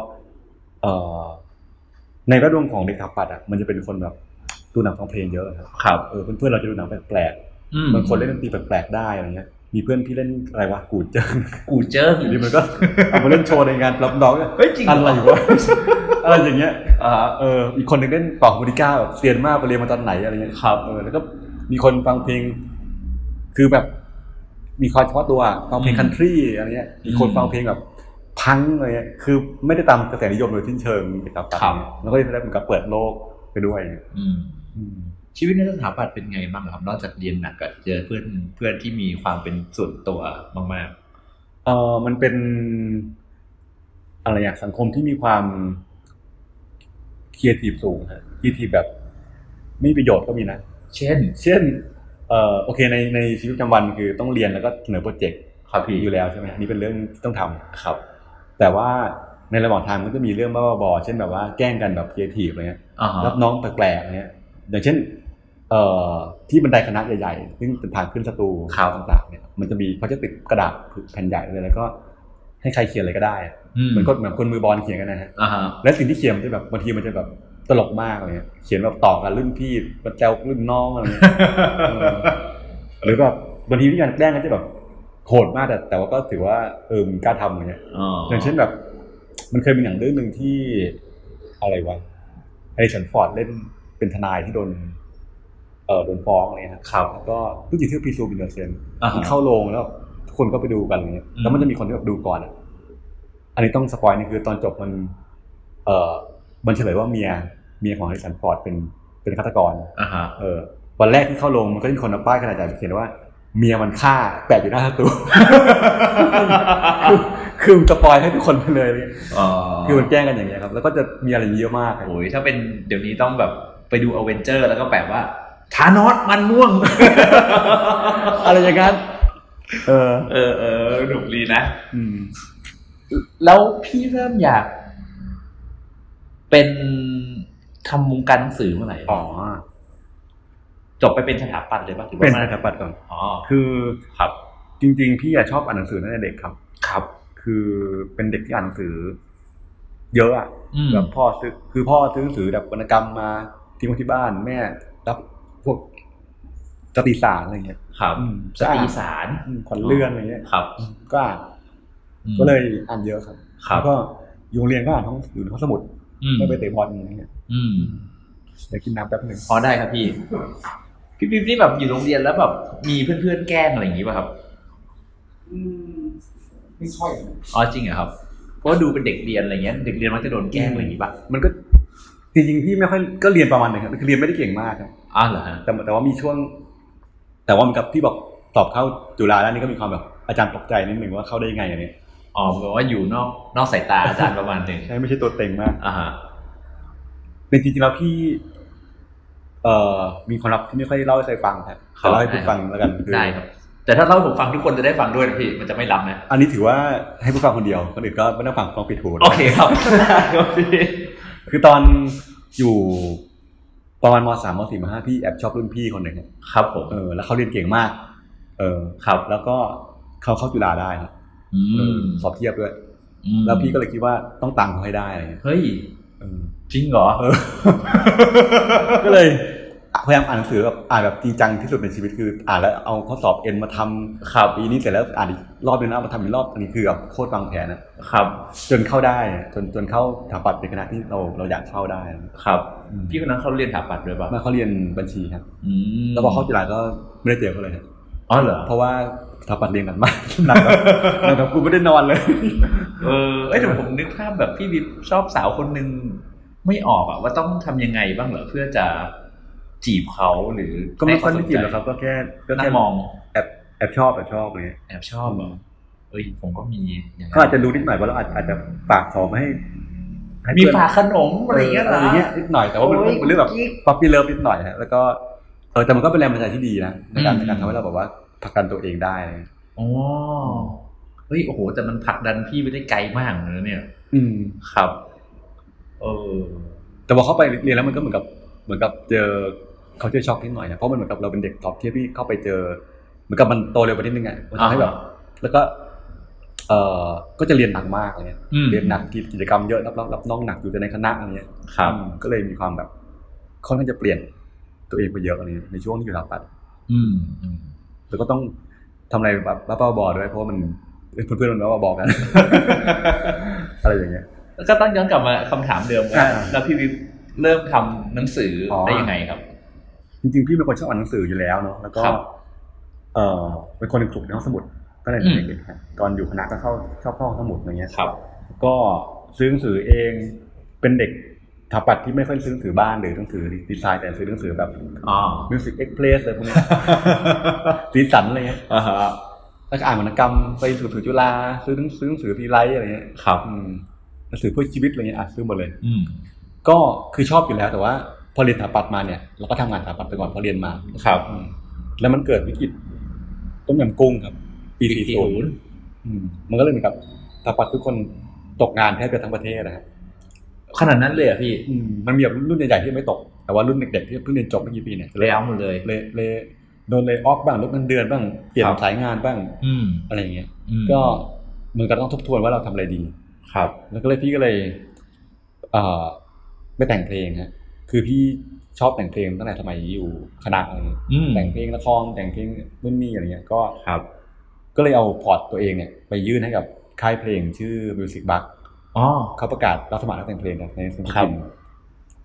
S2: เอ่อในแวดวงของเด็กสถาปัตย์อ่ะมันจะเป็นคนแบบดูหนังฟังเพลงเยอะครับ
S1: ครับ
S2: เออเพื่อนๆเราจะดูหนังแปลก
S1: อืม
S2: ๆบางคนเล่นดนตรีแปลกๆได้อะไรเงี้ย มีเพื่อนพี่เล่นอะไรวะกูดเจิ้ง
S1: กูเจอ
S2: อยู่ดีมันก็เอามาเล่นโชว์ในงานรับน้องอะ
S1: เฮ้ยจริงเห
S2: อะไร วะอะไรอย่างเงี้ย
S1: อ่าฮะ
S2: เอออีกคนหนึงเล่นเป่าฮาร์โมนิก้าแบบเซียนมากไปเรียนมาตอนไหนอะไรเงี้ย
S1: ครับ
S2: เออแล้วก็มีคนฟังเพลง คือแบบ มีคอยเฉพาะตัวฟังเพลงคันทรีอะไรเงี้ยมีคนฟังเพลงแบบพังอะไรเงี้ยคือไม่ได้ตามกระแสนิยมโดยสิ้นเชิงนะครับแล้วก็ได้เหมือนกับเปิดโลกไปด้วย
S1: อืมชีวิตในสถาปัตย์เป็นไงบ้างครับ นอกจากเรียนหนักกับเจอเพื่อนเพื่อนที่มีความเป็นส่วนตัวมาก
S2: เออมันเป็นอะไรอย่างสังคมที่มีความครีเอทีฟสูงฮะครีเอทีฟแบบ ไม่มีประโยชน์ก็มีนะ
S1: ๆ เช่น
S2: เช่นเอ่อโอเคในในชีวิตประจำวันคือต้องเรียนแล้วก็เสนอโปรเจกต์
S1: ครับพี่
S2: อยู่แล้วใช่ไหมอันนี่เป็นเรื่องที่ต้องทำ
S1: ครับ
S2: แต่ว่าในระหว่างทางมันก็จะมีเรื่องบ้าๆบอๆเช่นแบบว่าแกล้งกันแบบเคียทีฟอะไรเงี้ย
S1: อ่าฮะ
S2: รับน้องแปลกๆอะไรเงี้ยอย่างเช่นเอ่อที่บันไดคณะใหญ่ๆซึ่งเป็นทางขึ้นสตู
S1: ครับ
S2: ต่างๆเนี่ยมันจะมีเขาจะติดกระดาษแผ่นใหญ่เลยแล้วก็ให้ใครเขียนอะไรก็ได้อะเหมือนคนเหมือนคนมือบอลเขียนกันนะฮะ
S1: อ่าฮะ
S2: และสิ่งที่เขียนมันจะแบบบางทีมันจะแบบตลกมากอะไรเงี้ยเขียนแบบต่อกันรุ่นพี่มาแจวรุ่นน้องอะไรเงี้ย เออหรือแบบบางทีที่การแกล้งก็จะแบบโหดมากแต่แต่ว่าก็ถือว่าเออมึงกล้าทำอะไรเงี้ย อย่างเช่นแบบ มันเคยมีหนังเรื่องหนึ่งที่อะไรวะแฮร์ริสันฟอร์ดเล่นเป็นทนายที่โดน เอ่อโดนฟ้องอะไรเงี้ยครับแล้วก็รู้จิตชื่อพีซูบินเดอร์เซน
S1: อ่าฮะ
S2: มันเข้าโรงแล้ว ทุกคนก็ไปดูกันอะไรเงี้ย
S1: อืม
S2: แล้วมันจะมีคนที่แบบดูก่อนอ่ะ อันนี้ต้องสปอยนี่คือตอนจบมัน เอ่อมันเฉลยว่าเมียเมียของแฮร์ริสันฟอร์ดเป็นเป็นฆาตกร
S1: อ่าฮะ
S2: เออ วันแรกที่เข้าโรงมันก็มีคนเอาป้ายขนาดใหญ่ไปเขียนว่า เมียมันฆ่าแปะอยู่หน้าประตู คือคือมันสปอยให้ทุกคนไปเลยเลย
S1: อ๋อ
S2: คือมันแกล้งกันอย่างเงี้ยครับ แล้วก็จะมีอะไรเยอะมากครับ
S1: โอ้ยถ้าเป็นเดี๋ยวนี้ต้องแบบไปดูอเวนเจอร์ แล้วก็แปลว่าธานอสมันม่วง
S2: อะไรอย่างนั้น เออ
S1: เออเออหนุกดีนะ
S2: อืม
S1: แล้วพี่เริ่มอยาก เป็นทำวงการหนังสือเมื่อไหร่
S2: อ๋อ
S1: จบไปเป็นสถาปัตย์เลยป่ะหรือว่า
S2: เป็น
S1: ไม่
S2: สถาปัตย์ก่อน
S1: อ๋อ
S2: คือ
S1: ครับ
S2: จริง ๆ พี่อะชอบอ่านหนังสือตั้งแต่เด็กครับ
S1: ครับ
S2: คือเป็นเด็กที่อ่านหนังสือ เยอะอะ
S1: อืม
S2: แบบพ่อซื้อคือพ่อซื้อหนังสือแบบวรรณกรรมมาทิ้งไว้ที่บ้านแม่รับพวกสติสารอะไรเงี้ย
S1: ครับ
S2: อืม
S1: สตรีสาร
S2: อืมขวัญเลื่อนอะไรเงี้ย
S1: ครับ
S2: ก็อ่าน
S1: อืม
S2: ก็เลยอ่านเยอะครับ
S1: ครับ
S2: แล้วก็อยู่โรงเรียนก็อ่านท้องอยู่ในห้องสมุด
S1: อืม
S2: ไม่ไปเตะบอลอะไรเงี้ย
S1: อืม
S2: เดี๋ยวกินน้ำแป๊บหนึ่ง
S1: อ๋อได้ครับพี่ พี่ปิ๊บนี่แบบอยู่โรงเรียนแล้วแบบมีเพื่อนๆแกล้งอะไรอย่างนี้ป่ะครับ
S2: ไม่ช่อย
S1: อ๋อจริงเหรอครับเพราะว่าดูเป็นเด็กเรียนอะไรเงี้ย เด็กเรียนมันจะโดนแกล้งอะไรอย่างนี้ป่ะ
S2: มันก็จริงๆพี่ไม่ค่อยก็เรียนประมาณหนึ่งครับคือเรียนไม่ได้เก่งมากครับ
S1: อ้าวเหรอฮะ
S2: แต่แต่ว่ามีช่วง แต่ว่ามันกับที่บอกสอบเข้าจุฬาแล้วนี่ก็มีความแบบอาจารย์ตกใจนิดหนึ่งว่าเข้าได้ยังไงอันนี้
S1: อ๋อแปลว่าอยู่นอกนอกสายตาอาจารย์ประมาณหนึ่ง
S2: ใช่ไม่ใช่ตัวเต็งมาก
S1: อ่าฮะ
S2: ในจริงๆแล้วพี่ เอ่อมีความลับที่ไม่ค่อยเล่าให้ใครฟังครับแต่เล่าให้ผู้ฟังแล้วกันคือ
S1: ได้ครับ แต่ถ้าเล่าให้ผมฟังทุกคนจะได้ฟังด้วยนะพี่มันจะไม่ล้ำนะ
S2: อันนี้ถือว่าให้ผู้ฟังคนเดียวคนอื่นก็ไม่ต้องฟังฟังปิดหูนะ
S1: โอเค ครับครับพี่
S2: คือตอนอยู่ประมาณมสามมสี่มห้าพี่แอบชอบรุ่นพี่คนหนึ่งครับ
S1: ครับผม
S2: เออแล้วเขาเรียนเก่งมาก เออ
S1: ครับ
S2: แล้วก็เขาเข้าจุฬาได้ครับ
S1: อื
S2: เออ
S1: ม
S2: สอบเทียบด้วย
S1: อืม
S2: แล้วพี่ก็เลยคิดว่าต้องตามเขาให้ได้อะไรเงี้ย
S1: เฮ้ย
S2: เออ
S1: จริงเหรอ
S2: เออ ก็เลยพยายามอ่านหนังสือแบบอ่านแบบจริงจังที่สุดในชีวิตคืออ่านแล้วเอาข้อสอบเอ็นมาทำ
S1: ครับ
S2: ปีนี้เสร็จแล้วอ่านอีกรอบนึงแล้วเอามาทำอีกรอบอันนี้คือแบบโคตรวางแผนนะครับจนเข้าได้จนจนเข้าสถาปัตย์เป็นคณะที่เราเราอยากเข้าได้นะครับ พี่
S1: พี่คนนั้นเขาเรียนสถาปัตย์ด้วยป่ะ
S2: มาเขาเรียนบัญชีครับ
S1: อืม
S2: แล้วพอเข้าจุฬาก็ไม่ได้เจอเขาเลยครับ
S1: อ๋อเหรอ
S2: เพราะว่าสถาปัตย์เรียนกันม ากหนักแบบ หนักแบบกูไม่ได้นอนเลย
S1: เออเอ้ยแต่ผมนึกภาพแบบพี่บิ๊บชอบสาวคนหนึ่งไม่ออกอะว่าต้องทำยังไงบ้างเหรอเพื่อจะจีบเขาหรือ
S2: ก็ไม่ค่อย
S1: ให้เาสน
S2: ได้
S1: ใจ
S2: จีบหรอกครับ ก็แค่ก็
S1: นั่
S2: แค่
S1: งมอง
S2: แอบแอบชอบแอบชอบอะไรเลย
S1: แอบชอบเหรอเอ้ยผมก็มีย่งนั้น
S2: เขาอาจจะรู้นิดหน่อยว่าเราอาจอาจจะฝากของมาให้ให้
S1: มี
S2: เพื่อน
S1: ฝากขนมอะไรอย่างเงี้ยเหรอ
S2: อะไรเงี้ยนิดหน่อยแต่ว่ามัน
S1: โอ้ย
S2: มันเรื่องแบบ
S1: กิ๊ก
S2: ป๊อปปี้เลิฟนิดหน่อยฮะแล้วก็เออแต่มันก็เป็นแรงบันดาลใจที่ดีนะในการ
S1: อืม
S2: ในการทำให้เราแบบว่าผลักดันตัวเองได้อะไรเงี้ย
S1: อ๋อเฮ้ยโอ้โห แต่มันผลักดันพี่ไปได้ไกลมากเลยนะเนี่ย
S2: อืม
S1: ครับ เออ
S2: แต่พอเข้าไปเรียนแล้วมันก็เหมือนกับเหมือนกับเจอเขาเจอช็อกนิดหน่อยนะเพราะมันเหมือนกับเราเป็นเด็กท็อปที่พี่เข้าไปเจอ เหมือนกับมันโตเร็วไปนิดนึงอ่ะมันทำให้แบบ
S1: อ่า
S2: แล้วก็เออก็จะเรียนหนักมากอะไรเงี้ย
S1: อืม
S2: เรียนหนักกิจกิจกรรมเยอะรับรับรับน้องหนักอยู่แต่ในคณะอะไรเงี้ย
S1: ครับ
S2: อืมก็เลยมีความแบบค่อนข้างจะเปลี่ยนตัวเองไปเยอะอะไรเงี้ยในช่วงที่อยู่สถาปัตย์
S1: อืมอืม
S2: แล้วก็ต้องทำอะไรแบบบ้าๆบอๆด้วยเพราะว่ามันเพื่อนๆมันบ้าๆบอๆกัน อะไรอย่างเงี้ย
S1: แล้วก็ต้องย้อนกลับมาคำถามเดิมว่า
S2: อ่า
S1: แล้วพี่บิ๊บเริ่มทำหนังสืออ
S2: อ
S1: ได้ยังไงครับ
S2: จริงๆพี่เป็นคนชอบอ่านหนังสืออยู่แล้วเนาะแล้วก็
S1: ครับ
S2: เออเป็นคนหนึ่งถูกในห้องสมุดตั้งแต่
S1: อืม
S2: เด็กๆครับตอนอยู่คณะก็เข้าชอบเข้าห้องสมุดอะไรเงี้ย
S1: ครับ
S2: ก็ซื้อหนังสือเองเป็นเด็กสถาปัตย์ที่ไม่ค่อยซื้อหนังสือบ้านหรือหนังสือดีไซน์แต่ซื้อหนังสือแบบ
S1: อ๋อ
S2: มิวสิกเอ็กเพลสอะไรพวกเนี้ย สีสันอะไรเงี้ย
S1: อ่าฮะ
S2: แล้วก็อ่านวรรณกรรมไปหนังสือจุฬาซื้อหนังซื้อหนังสือทีไรอะไรเงี้ย
S1: ครับ
S2: อืมหนังสือเพื่อชีวิตอะไรเงี้ยอ่ะซื้อหมดเลย
S1: อืม
S2: ก็คือชอบอยู่แล้วแต่ว่า พอเรียนสถาปัตย์มาเนี่ยเราก็ทำงานสถาปัตย์ไปก่อนพอเรียนมา
S1: ครับ
S2: อืมแล้วมันเกิดวิกฤตต้มยำกุ้งครับ ปีสี่ศูนย์มันก็เลยเหมือนกับสถาปัตย์ทุกคนตกงานแทบจะทั้งประเทศนะครับ
S1: ขนาดนั้นเลยเหรอ่ะพี่
S2: อืมมันมีแบบรุ่นใหญ่ๆที่ไม่ตก แต่ว่ารุ่นเด็กๆที่เพิ่งเรียนจบไม่กี่ปีเนี่ย
S1: เลยเอาหมดเลย
S2: เละเละโดนเลยออฟบ้างลดเงินเดือนบ้างเปลี่ยน
S1: ครับ
S2: สายงานบ้าง
S1: อืม
S2: อะไรอย่างเงี้ย
S1: อืม
S2: ก็เหมือนกับต้องทบทวนว่าเราทำอะไรดี
S1: ครับ
S2: แล้วก็เลยพี่ก็เลยเอ่อไปแต่งเพลงฮะคือพี่ชอบแต่งเพลงตั้งแต่สมัยอยู่คณะอะไรเงี้ย
S1: อืม
S2: แต่งเพลงละครแต่งเพลงนู่นนี่อะไรเงี้ย ก็
S1: ครับ
S2: ก็เลยเอาพอร์ตตัวเองเนี่ยไปยื่นให้กับค่ายเพลงชื่อ Music b u c k
S1: อ๋อ
S2: เขาประกาศรับสมัครนักแต่งเพลงนะในสมัย
S1: ครับ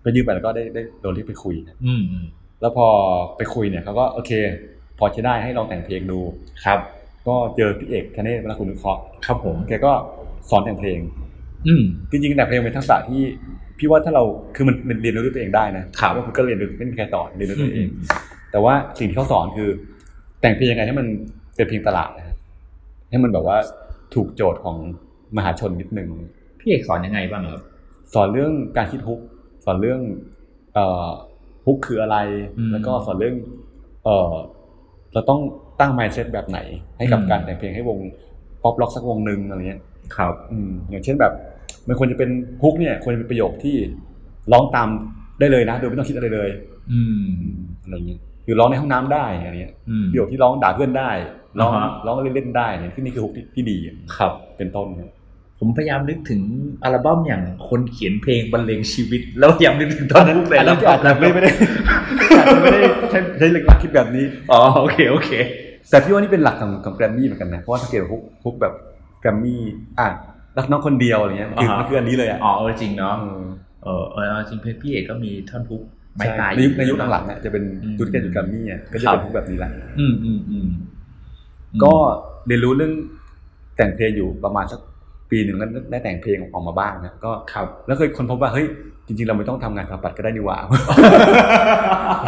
S2: ก็ยื่นไปแล้วก็ได้ได้โดนเรียกไปคุยนะ
S1: อืมอืม
S2: แล้วพอไปคุยเนี่ยเขาก็โอเค พอจะได้ให้ลองแต่งเพลงดู
S1: ครับ
S2: ก็เจอพี่เอกธเนศวรคุณนุเคราะห์
S1: ครับผม
S2: แกก็สอนแต่งเพลง
S1: อืม
S2: จริงๆแต่เพลงเป็นทักษะที่พี่ว่าถ้าเราคือมันมันเรียนรู้ด้วยตัวเองได้นะครับ ว่ามันก็เรียนรู้ไม่มีใครสอนเรียนรู้ด้วยตัวเอง
S1: อืม
S2: แต่ว่าสิ่งที่เขาสอนคือ แต่งเพลงยังไงให้มันเป็นเพลงตลาดนะครับให้มันแบบว่าถูกโจทย์ของมหาชนนิดนึง
S1: พี่เอกสอนยังไงบ้างครับ
S2: สอนเรื่องการคิดฮุกสอนเรื่องเอ่อฮุกคืออะไร
S1: อืม
S2: แล้วก็สอนเรื่องเอ่อเราต้องตั้ง mindset แบบไหน ให้กับ
S1: อืม
S2: การแต่งเพลงให้วงป๊อปล็อกสักวงหนึ่งอะไรเงี้ย
S1: ครับ
S2: อืมอย่างเช่นแบบ มันควรจะเป็นฮุกเนี่ยควรจะเป็นประโยคที่ร้องตามได้เลยนะโดยไม่ต้องคิดอะไรเลย
S1: อืม
S2: อืมอะไรอย่างเงี้ยหรือร้องในห้องน้ำได้อะไรเงี้ย
S1: อืม
S2: ประโยคที่ร้องด่าเพื่อนได้ร้อง
S1: อ่าฮะ
S2: ร้องเล่นๆได้เนี่ยที่นี่คือฮุกที่ที่ดี
S1: ครับ
S2: เป็นต้นครับ
S1: ผมพยายามนึกถึงอัลบั้มอย่างคนเขียนเพลงบรรเลงชีวิต แล้วพยายามนึกถึงตอนนั้น
S2: อันนั้นอาจจะไม่ไม่ได้อาจจะไม่ได้ใช้ใช้หลักคิดแบบนี้
S1: อ๋อโอเคโอเค
S2: แต่พี่ว่านี่เป็นหลักของของแกรมมี่เหมือนกันนะ เพราะว่าถ้าเกิดพวกพวกแบบแกรมมี่อ่ะรักน้องคนเดียวอะไรเงี้ยคือ
S1: อ่าฮะ
S2: มันคืออันนี้เลยอ่ะ
S1: อ๋อเออจริงเนาะ
S2: เออ
S1: เออเออจริงเพจพี่เอกก็มีท่อนทุกไม้
S2: ใช่
S1: ตาย
S2: ในยุคในยุคหลังๆอ่ะจะเป็น
S1: อืม
S2: จุดเกนจุดแกรมมี่อ่ะก็จะ
S1: ครับ
S2: เป็นพวกแบบนี้แหละ
S1: อืมอืมอืม
S2: ก็เรียนรู้เรื่องแต่งเพลงอยู่ประมาณสักปีหนึ่งแล้วได้แต่งเพลงออกมาบ้างนะก็
S1: ครับ
S2: แล้วเคยคนพบว่าเฮ้ยจริง ๆ เราไม่ต้องทำงานสถาปัตย์ก็ได้นี่หว่า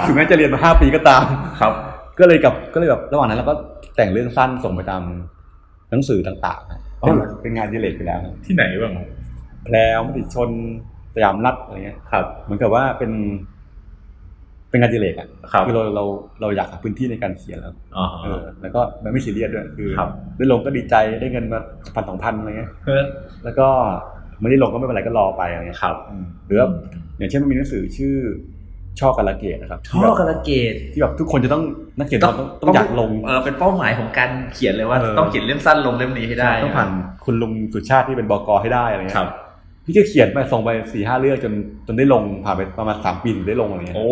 S2: ถึงแม้จะเรียนมาห้าปีก็ตาม
S1: ครับ
S2: ก็เลยกับก็เลยแบบระหว่างนั้นเราก็แต่งเรื่องสั้นส่งไปตามหนังสือต่างๆนะ
S1: อ๋อเหรอ
S2: เป็นงานอดิเลกไปแล้วนะ
S1: ที่ไหนบ้าง
S2: แพรวมติชนสยามรัฐอะไรเงี้ย
S1: ครับ
S2: เหมือนกับว่าเป็น เป็นงานอดิเลกอ่ะ
S1: ครับ
S2: อเราเราเราอยากหาพื้นที่ในการเขียนแล้ว
S1: อ๋อ
S2: เออแล้วก็มันไม่ซีเรียสด้วยคือ
S1: ครับ
S2: ได้ลงก็ดีใจได้เงินมาพันสองพันอะไรเงี้ย
S1: เฮ้ย
S2: แล้วก็ไม่ได้ลงก็ไม่เป็นไรก็รอไปอะไรเงี้ย
S1: ครับ
S2: อืมหรือว่าอย่างเช่นมันมีหนังสือชื่อช่อกาลเกตนะครับ
S1: ท่อกระเกต
S2: ที่แบบทุกคนจะต้องนักเขียนต้องต้องอยากลง
S1: เออเป็นเป้าหมายของการเขียนเลยว่า
S2: เออ
S1: ต้องเขียนเล่มสั้นลงเล่มนี้ให้ได้
S2: ต้องผ่านคุณลุงสุชาติที่เป็นบกให้ได้อะไรเงี้
S1: ค
S2: ย
S1: รับ
S2: พี่ก็เขียนไปส่งไปสี่ห้าเรื่องจนจนได้ลงผ่านไปประมาณสามปีถึงได้ลงอะไรเงี้ย
S1: โอ้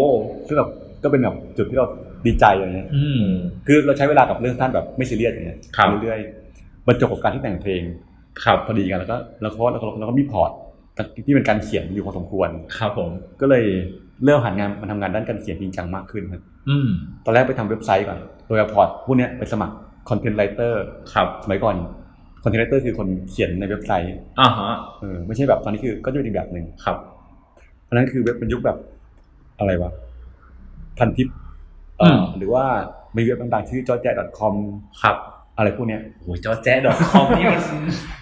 S2: ซึ่งแบบก็เป็นแบบจุดที่เราดีใจอะไรเงี้ย
S1: อืม
S2: คือเราใช้เวลากับเรื่องสั้นแบบไม่ซีเรียสอย่างเงี้ย
S1: ครับ
S2: เรื่อยๆบรรจบกับการที่แต่งเพลง
S1: ครับ
S2: พอดีกันแล้วก็แล้วก็แล้วก็แล้วก็มีพอร์ตที่เป็นการเขียนอยู่พอสมควร
S1: ครับผม
S2: ก็เลยเริ่มหันงานมาทำงานด้านการเขียนจริงจังมากขึ้นครับ
S1: อืม
S2: ตอนแรกไปทำเว็บไซต์ก่อนโดยเอาพอร์ตพวกเนี้ยไปสมัครคอนเทนต์ไรเตอร์
S1: ครับ
S2: สมัยก่อนคอนเทนต์ไรเตอร์คือคนเขียนในเว็บไซต์
S1: อ่าฮะ
S2: เออไม่ใช่แบบตอนนี้คือก็จะเป็นอีกแบบหนึ่ง
S1: ครับ
S2: อันนั้นคือเว็บเป็นยุคแบบอะไรวะพันทิปเออ
S1: ม
S2: หรือว่ามีเว็บต่างๆชื่อจอแจ .com
S1: ครับ
S2: อะไรพวกเนี้ย
S1: โอ้ยจอแจ๊ดอกคอมนี่มัน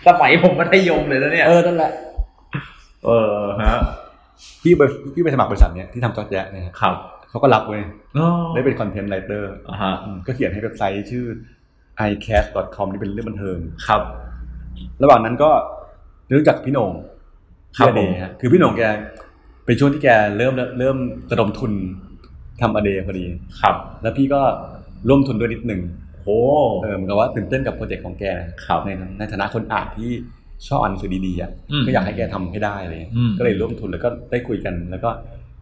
S1: สมัยผมมัธยมเลยนะเนี่ย
S2: เออนั่นแหละ
S1: เออฮะ
S2: พี่ไปพี่ไปสมัครบริษัทเนี้ยที่ทำจอแจเนี่ยฮะ
S1: ครับ
S2: เขาก็รับเว้ย
S1: อ๋อ
S2: ได้เป็นคอนเทนต์ไรเตอร์
S1: อ่าฮะ
S2: ก็เขียนให้เว็บไซต์ชื่อ icast.com นี่เป็นเรื่องบันเทิง
S1: ครับ
S2: ระหว่างนั้นก็รู้จักพี่โหน่ง
S1: ครับ
S2: พี่อเดย์ฮะคือพี่โหน่งแกเป็นช่วงที่แกเริ่มเริ่มระดมทุนทำอเดย์พอดี
S1: ครับ
S2: แล้วพี่ก็ร่วมทุนด้วยนิดหนึ่ง
S1: โอ้
S2: เออเหมือนกับว่าตื่นเต้นกับโปรเจกต์ของแกนะครับในในฐานะคนอ่านที่ชอบอ่านหนังสือดีๆอ่ะ
S1: อืม
S2: ก็อยากให้แกทำให้ได้อะไรเลย
S1: อืม
S2: ก็เลยร่วมทุนแล้วก็ได้คุยกัน แล้วก็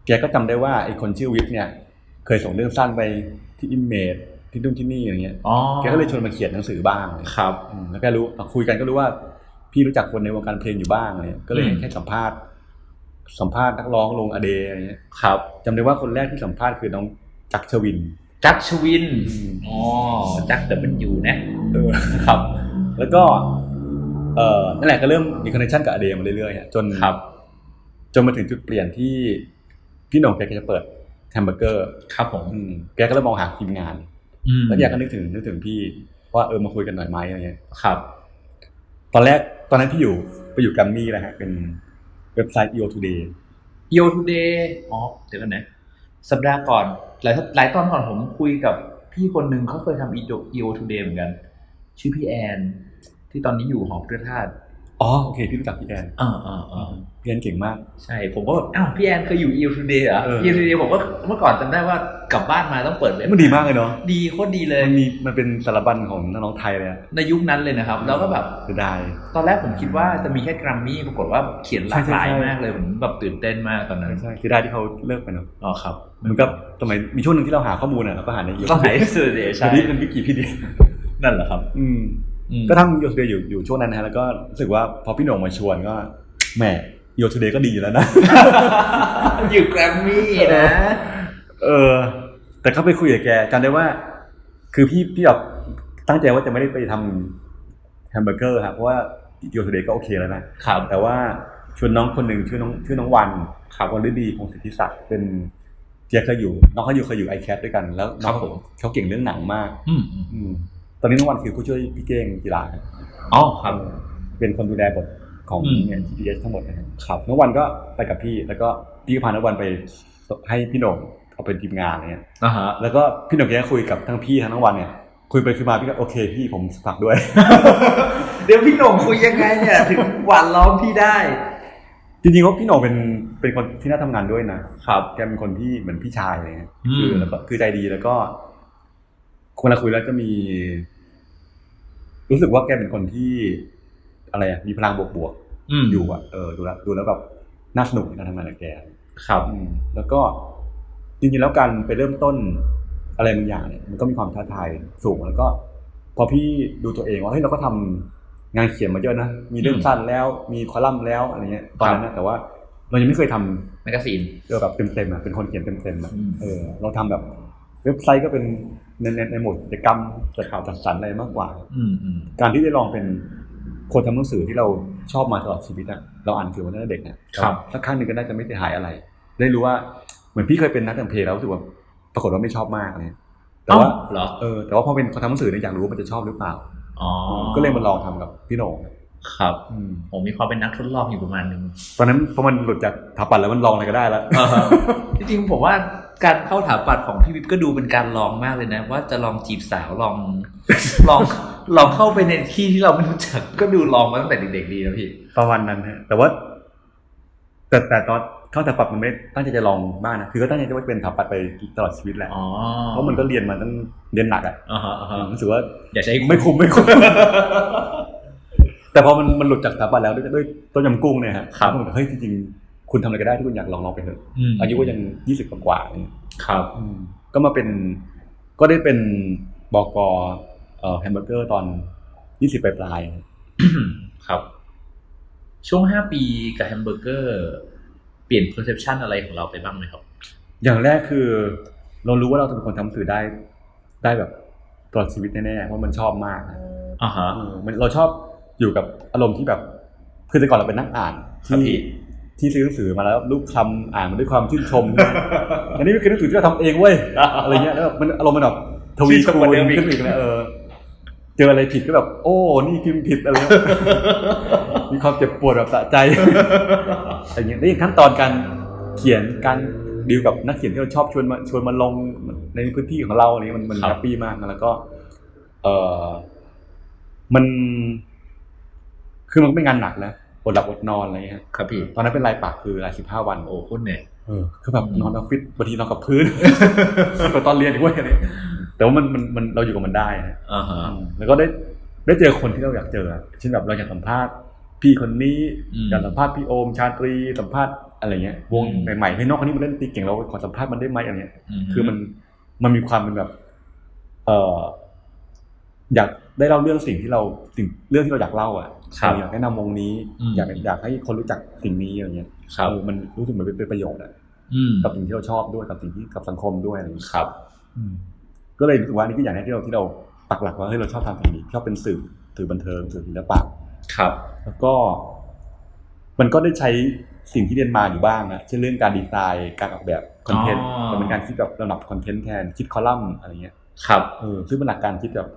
S2: แกก็จำได้ว่าไอ้คนชื่อวิทย์เนี่ย เคยส่งเรื่องสั้นไปที่อิมเมจที่นู่นที่นี่อะไรเงี้ย
S1: อ๋อ
S2: แกก็เลยชวนมาเขียนหนังสือบ้าง
S1: ครับ
S2: อืมแล้วแกรู้คุยกันก็รู้ว่า พี่รู้จักคนในวงการเพลงอยู่บ้างอะไรเลยก็เลย
S1: อืม
S2: ให้สัมภาษณ์ สัมภาษณ์นักร้องลงอเดย์อะไรเงี้ย
S1: ครับ
S2: จำได้ว่าคนแรกที่สัมภาษณ์คือน้องจักรชวิน
S1: จักรชวิน
S2: อืม
S1: อ๋อ จักแต่มันอยู่นะ
S2: เอ อครับ แล้วก็ เอ่อนั่นแหละก็เริ่มมีคอนเนคชั่นกับอเดมาเรื่อยๆฮะจน
S1: ครับ
S2: จนมาถึงจุดเปลี่ยนที่พี่หน่องแกก็จะเปิดแฮมเบอร์เกอร์
S1: ครับผม
S2: อืมแกก็เริ่มมองหาทีมงาน แล้วแกก็นึกถึงนึกถึงพี่ว่าเออมาคุยกันหน่อยไหมอะไรเงี้ย
S1: ครับ
S2: ตอนแรกตอนนั้นพี่อยู่ไปอยู่แกัมมี่นะฮะเป็นเว็บไซต์ EO Today
S1: Yo Today อ๋อ เดี๋ยวกันนะ สัปดาห์ก่อน หลายหลายตอนก่อนผมคุยกับพี่คนหนึ่งเขาเคยทำ Yo- Yo Today เหมือนกัน ชื่อพี่แอน ที่ตอนนี้อยู่หอพระธาตุ
S2: อ๋อโอเคพี่รู้จักพี่แอน
S1: อ่าอ่าอ่า
S2: พี่แอนเก่งมาก
S1: ใช่ ผมก็แบบอ้าว พี่แอนเคยอยู่ Yo Today เหรอ
S2: เออ
S1: Yo Today ผมก็เมื่อก่อนจำได้ว่ากลับบ้านมาต้องเปิดเว็บ
S2: มันดีมากเลยเนาะ
S1: ดีโคตรดีเลย
S2: มันมีมันเป็นสารบัญของน้องๆไทยเลยอะ
S1: ในยุคนั้นเลยนะครับ แล้วก็แบบ
S2: เสียดาย
S1: ตอนแรกผมคิดว่าจะมีแค่แกรมมี่ปรากฏว่าเขียนหลากหลาย
S2: ใช่ใช่
S1: มากเลยผมแบบตื่นเต้นมากตอนนั้น
S2: ใช่เสียดายที่เขาเลิกไปเนาะ
S1: อ๋อครับ
S2: เหมันก็สมัยมีช่วงหนึ่งที่เราหาข้อมูลอ่ะเรา ก็หาในยู
S1: ต้องหายสื่อเดช
S2: ทีนี้เป็นวิกิ พีเดีย
S1: นั่นเหรอครับ
S2: อืม
S1: อืม
S2: ก็ทำยูทูบเดย์อยู่อยู่ช่วงนั้นนะฮะแล้วก็รู้สึกว่าพอพี่โหน่งมาชวนก็แหมยูทูบเดย์ก็ดีอยู่แล้วนะ
S1: อยู่แกรมมี่นะ
S2: เออ แต่ก็ไปคุยกับแกจำได้ว่า คือพี่พี่แบบตั้งใจว่าจะไม่ได้ไปทำแฮมเบอร์เกอร์ฮะเพราะว่ายูทูบเดย์ก็โอเคแล้วนะ
S1: ครับ
S2: แต่ว่าชวนน้องคนหนึ่งชื่อน้องชื่อน้องวันครับวันฤดีพงศิทธิศักดิ์เป็นเจียเคยอยู่ น้องเขาอยู่เคยอยู่ไอแคทด้วยกันแล้วน้
S1: ค
S2: อง
S1: รับผม
S2: เขาเก่งเรื่องหนังมาก
S1: อืม
S2: อืมตอนนี้น้องวันคือผู้ช่วยพี่เก้งกีฬา
S1: อ๋อครับ
S2: เป็นคนดูแลบทของ
S1: อืม
S2: เนี่ย GPS ทั้งหมดนะครับครับน้องวันก็ไปกับพี่ แล้วก็พี่ก็พาน้องวันไปให้พี่โหน่งเอาเป็นทีมงานอะไรเงี้ย
S1: นะฮะ
S2: แล้วก็พี่โหน่งแกก็คุยกับทั้งพี่ทั้งน้องวันเนี่ย คุยไปคุยมาพี่ก็โอเคพี่ผมฝากด้วย
S1: เดี๋ยวพี่โหน่งคุยยังไงเนี่ย ถึงหวานล้อมพี่ได้
S2: จริงๆว่าพี่โหน่งเป็นเป็นคนที่น่าทำงานด้วยนะครับ แกเป็นคนที่เหมือนพี่ชายเลยนะ
S1: อืม
S2: คือแล้วก็คือใจดีแล้วก็คนเราคุยแล้วจะมี รู้สึกว่าแกเป็นคนที่ อะไรอะมีพลังบวก
S1: อืม
S2: ๆอยู่อะเออดูแล้วดูแล้วแบบน่าสนุกในการทำงานกับแก
S1: ครับ
S2: อืมแล้วก็จริงๆแล้วการไปเริ่มต้นอะไรบางอย่างเนี่ยมันก็มีความท้าทายสูงแล้วก็ พอพี่ดูตัวเองว่าเฮ้ยเราก็ทำงานเขียนมาเยอะนะมีเรื่อง
S1: อืม
S2: สั้นแล้วมีคอลัมน์แล้วอะไรเงี้ยตอนนั้นนะแต่ว่าเรายังไม่เคยทำ
S1: แมกกาซีน
S2: เออแบบเต็มๆอ่ะเป็นคนเขียนเต็มๆอ่ะ
S1: อืม
S2: เออเราทำแบบเว็บไซต์ก็เป็นในในในหมวดกิจกรรมจัดข่าวจัดสรรอะไรมากกว่า
S1: อืมอืม
S2: การที่ได้ลองเป็นคนทำหนังสือที่เราชอบมาตลอดชีวิตอะเราอ่านถือมาตั้งแต่เด็กเนี่ย
S1: ครับ
S2: สักครั้งหนึ่งก็น่าจะไม่เสียหายอะไร ได้รู้ว่าเหมือนพี่เคยเป็นนักแต่งเพลงแล้วรู้สึกว่าปรากฏว่าไม่ชอบมากเลยแต่ว่า
S1: เอ้เหรอ
S2: เออแต่ว่าพอเป็นคนทำหนังสือเนี่ยอยากรู้ว่ามันจะชอบหรือเปล่า
S1: อ๋อ
S2: ก็เลยมาลองทำกับพี่โหน่ง
S1: ครับผมมีความเป็นนักทดลองอยู่ประมาณหนึ่ง
S2: ตอนนั้นพอมันหลุดจากถาปัดแล้วมันลองอะไรก็ได้แล้ว
S1: อ่าฮะ จริงๆผมว่าการเข้าถาปัดของพี่วิปก็ดูเป็นการลองมากเลยนะ ว่าจะลองจีบสาวลอง ลองลองเข้าไปในที่ที่เราไม่รู้จักก็ดูลองมาตั้งแต่เด็กๆดีนะพี่
S2: ประมาณนั้นฮะแต่ว่า แต่แต่ตอนเข้าถาปัดมันไม่ตั้งใจจะลองมากนะคือก็ตั้งใจจะว่าเป็นถาปัดไปตลอดชีวิตแหละ
S1: อ๋อ
S2: เพราะมันก็เรียนมาตั้งเรียนหนักอะ
S1: อ่าฮะอ่าฮะ
S2: รู้สึกว่า
S1: อย่าใช้
S2: ไม่คุ้มไม่คุ้ม แต่พอมันมันหลุดจากสถาบันแล้วด้วยด้วยต้มยำกุ้งเนี่ยฮะ
S1: ครับ
S2: มันเฮ้ยจริงๆ คุณทำอะไรก็ได้ที่คุณอยากลองลองไปเถอะ
S1: ม
S2: อายุก็ยังยี่สิบกว่าๆเนี่ย
S1: ครับ
S2: ก็มาเป็น ก็ได้เป็นบกเอ่อแฮมเบอร์เกอร์ตอนยี่สิบปลายๆฮะ
S1: ครับ ช่วงห้าปีกับแฮมเบอร์เกอร์ เปลี่ยน perception อะไรของเราไปบ้างไหมครับ
S2: อย่างแรกคือ เรารู้ว่าเราจะเป็นคนทำสื่อได้ ได้แบบตลอดชีวิตแน่ๆเพราะมันชอบมากนะ
S1: อ่าฮะ
S2: เออมันเราชอบอยู่กับอารมณ์ที่แบบคือแต่ก่อนเราเป็นนักอ่าน
S1: ครับ
S2: ที่
S1: พี่
S2: ที่ซื้อหนังสือมาแล้วรูปคำอ่านมันด้วยความชื่นชม อันนี้คือหนังสือที่เราทำเองเว้ ยอะไรเงี้ยแล้วแบบมันอารมณ์มันแบบทวี
S1: ชื่นชม
S2: คู
S1: กว่าเดิ
S2: ณ
S1: มอีก
S2: ขึ้นอีกแล้วเออเจออะไรผิดก็แบบ โอ้นี่พิมพ์ผิดอะไรเงี้ย มีความเจ็บปวดแบบสะใจ อะไรเงี้ยแล้วอย่างขั้นตอนการเขียนการดีลกับนักเขียนที่เราชอบชวนมาชวนมาลงในพื้นที่ของเราอะไรเงี้ยมันมัน
S1: ครับ
S2: แฮปปี้มากนะแล้วก็ เออมันคือมันก็เป็นงานหนักนะอดหลับอดนอนอะไรเงี้ย
S1: ครับพี่
S2: ตอนนั้นเป็นรายปากคือรายสิบห้าวัน
S1: โอ้โคุณเนี่ย
S2: เออคือแบบ
S1: อืม
S2: นอนออฟฟิศบางทีนอนกับพื้น เหมือนตอนเรียนด้วยอะไรเงี้ยแต่ว่ามันมันมันเราอยู่กับมันได้ฮะ
S1: อ่าฮะ
S2: แล้วก็ได้ได้เจอคนที่เราอยากเจอเช่นแบบเราอยากสัมภาษณ์ พี่คนนี้
S1: อืม
S2: อยากสัมภาษณ์พี่โอมชาตรีสัมภาษณ์อะไรเงี้ย วง
S1: อืม
S2: ใหม่ๆให้ยน้องคนนี้มันเล่นตีเก่งเราขอสัมภาษณ์มันได้ไหมอะไรเงี้ย
S1: ฮึ
S2: คือมันมันมีความเป็นแบบ เอออยากได้เล่าเรื่องสิ่งที่เราสิ่งเรื่องที่เราอยากเล่าอ่ะ
S1: ครับ
S2: อยากแนะนำวงนี้
S1: อืม
S2: อยากอยากให้คนรู้จักสิ่งนี้อะไรเงี้ย
S1: ครับ
S2: เออมันรู้สึกเหมือนเป็นประโยชน์อะ
S1: อืม
S2: กับสิ่งที่เราชอบด้วยกับสิ่งที่กับสังคมด้วยอะไรเงี้ย
S1: ครับ
S2: ก็เลยรู้สึกว่านี่คืออย่างแรกที่เราที่เราปักหลักว่าเฮ้ยเราชอบทำสิ่งนี้ชอบเป็นสื่อสื่อบันเทิงสื่อศิลปะ
S1: ครับ
S2: แล้วก็ มันก็ได้ใช้สิ่งที่เรียนมาอยู่บ้างนะเช่นเรื่องการดีไซน์การออกแบบคอนเทนต์
S1: อ๋อ
S2: แต่เป็นการคิดแบบระดับคอนเทนต์แทนคิดคอลัมน์อะไรเงี้ย
S1: ครับ
S2: เออซึ่งเป็นหลักการคิดแบบ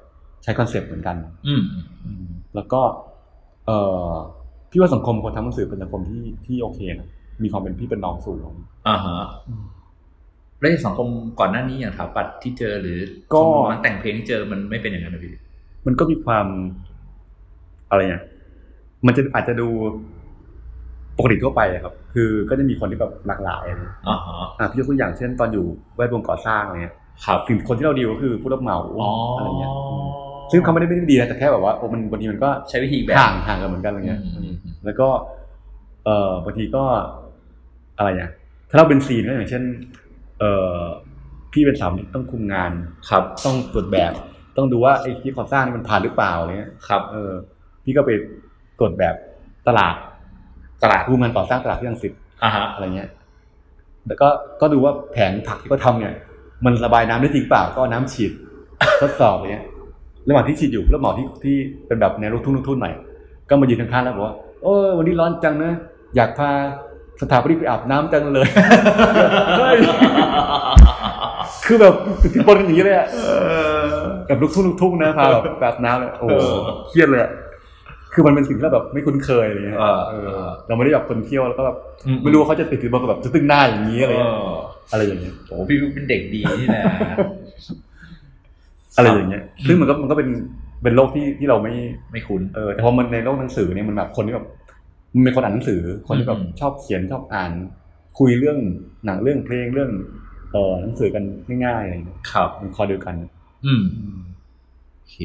S2: ใช้คอนเซปต์เหมือนกัน
S1: อืม
S2: แล้วก็เออพี่ว่าสังคมคนทำหนังสือเป็นสังคมที่ที่โอเคนะมีความเป็นพี่เป็นน้องสูง
S1: อ่าฮะแล้วในสังคมก่อนหน้านี้อย่างถาปัดที่เจอหรือ
S2: ก็
S1: สมมติมันแต่งเพลงที่เจอมันไม่เป็นอย่างนั้นนะพี่
S2: มันก็มีความอะไรเนี่ยมันจะอาจจะดูปกติทั่วไปอะครับ คือก็จะมีคนที่แบบหลากหลายอะไรเงี้ย
S1: อ่าฮะ
S2: อ่ะพี่ยกตัวอย่างเช่นตอนอยู่แวดวงก่อสร้างอะไรเงี้ย
S1: ครับ
S2: สิ่งคนที่เราดีลก็คือผู้รับเหมาอะไรเงี้ยซึ่
S1: ซึ่
S2: ง
S1: ง
S2: เขาไม่ได้ไม่ได้ดีนะแต่แค่แบบว่าโอ้มันบางทีมันก็
S1: ใช้วิธีแบบ
S2: ห่างห่างกันเหมือนกันอะไรเงี้ย
S1: อืม
S2: แล้วก็ เอ่อบางทีก็อะไรเนี่ยถ้าเราเป็นซีนก็อย่างเช่น เอ่อพี่เป็นสามต้องคุมงาน
S1: ครับ
S2: ต้องตรวจแบบ ต้องดูว่าไอ้ที่ก่อสร้างนี่มันผ่านหรือเปล่าอะไรเงี้ย
S1: ครับ
S2: เออพี่ก็ไปตรวจแบบตลาด
S1: ตลาด
S2: รูปงานก่อสร้างตลาดที่อังสิต
S1: อ่าฮะ
S2: อะไรเงี้ยแล้วก็ก็ดูว่าแผงผักที่เขาทำเนี่ย มันระบายน้ำได้จริงเปล่าก็เอาน้ำฉีด ทดสอบอะไรเงี้ยระหว่างที่ฉีดอยู่แล้วหมอที่ที่เป็นแบบแนวลูกทุ่งลูกทุ่งหน่อยก็มายืนข้างๆแล้วบอกว่าโอ้ยวันนี้ร้อนจังนะอยากพาสถาปนิกไปอาบน้ำจังเลย เฮ้ย คือแบบ ติดปนกันอย่างนี้เลยอะแบบลูกทุ่งลูกทุ่งนะพาแบบแบบน้ำเลยโอ้โหเครียดเลยอะคือมันเป็นสิ่งที่เราแบบไม่คุ้นเคยอะไรเงี้ย
S1: เออ
S2: เออ
S1: เออ
S2: เราไม่ได้แบบคนเที่ยวแล้วก็แบบไม่รู้ว่าเขาจะติดถือบอกกับแบบจะตึ้งหน้าอย่างนี้
S1: เออ
S2: อะไรเงี้ยอะไรอย่างเงี้ย
S1: โอ้พี่วิวเป็นเด็กดีนี่นะ
S2: อะไรอย่างเงี้ย ซึ่งมันก็มันก็เป็นเป็นโลกที่ที่เราไม่
S1: ไม่คุ้น
S2: เออแต่พอมันในโลกหนังสือเนี่ยมันแบบคนที่แบบมันเป็นคนอ่านหนังสือ คนที่แบบ
S1: อืม
S2: ชอบเขียนชอบอ่าน คุยเรื่องหนังเรื่องเพลงเรื่องเออหนังสือกันง่ายๆอะไรอย่างเงี้ย
S1: ครับ
S2: มันคอเดียวกัน
S1: อืมโอเค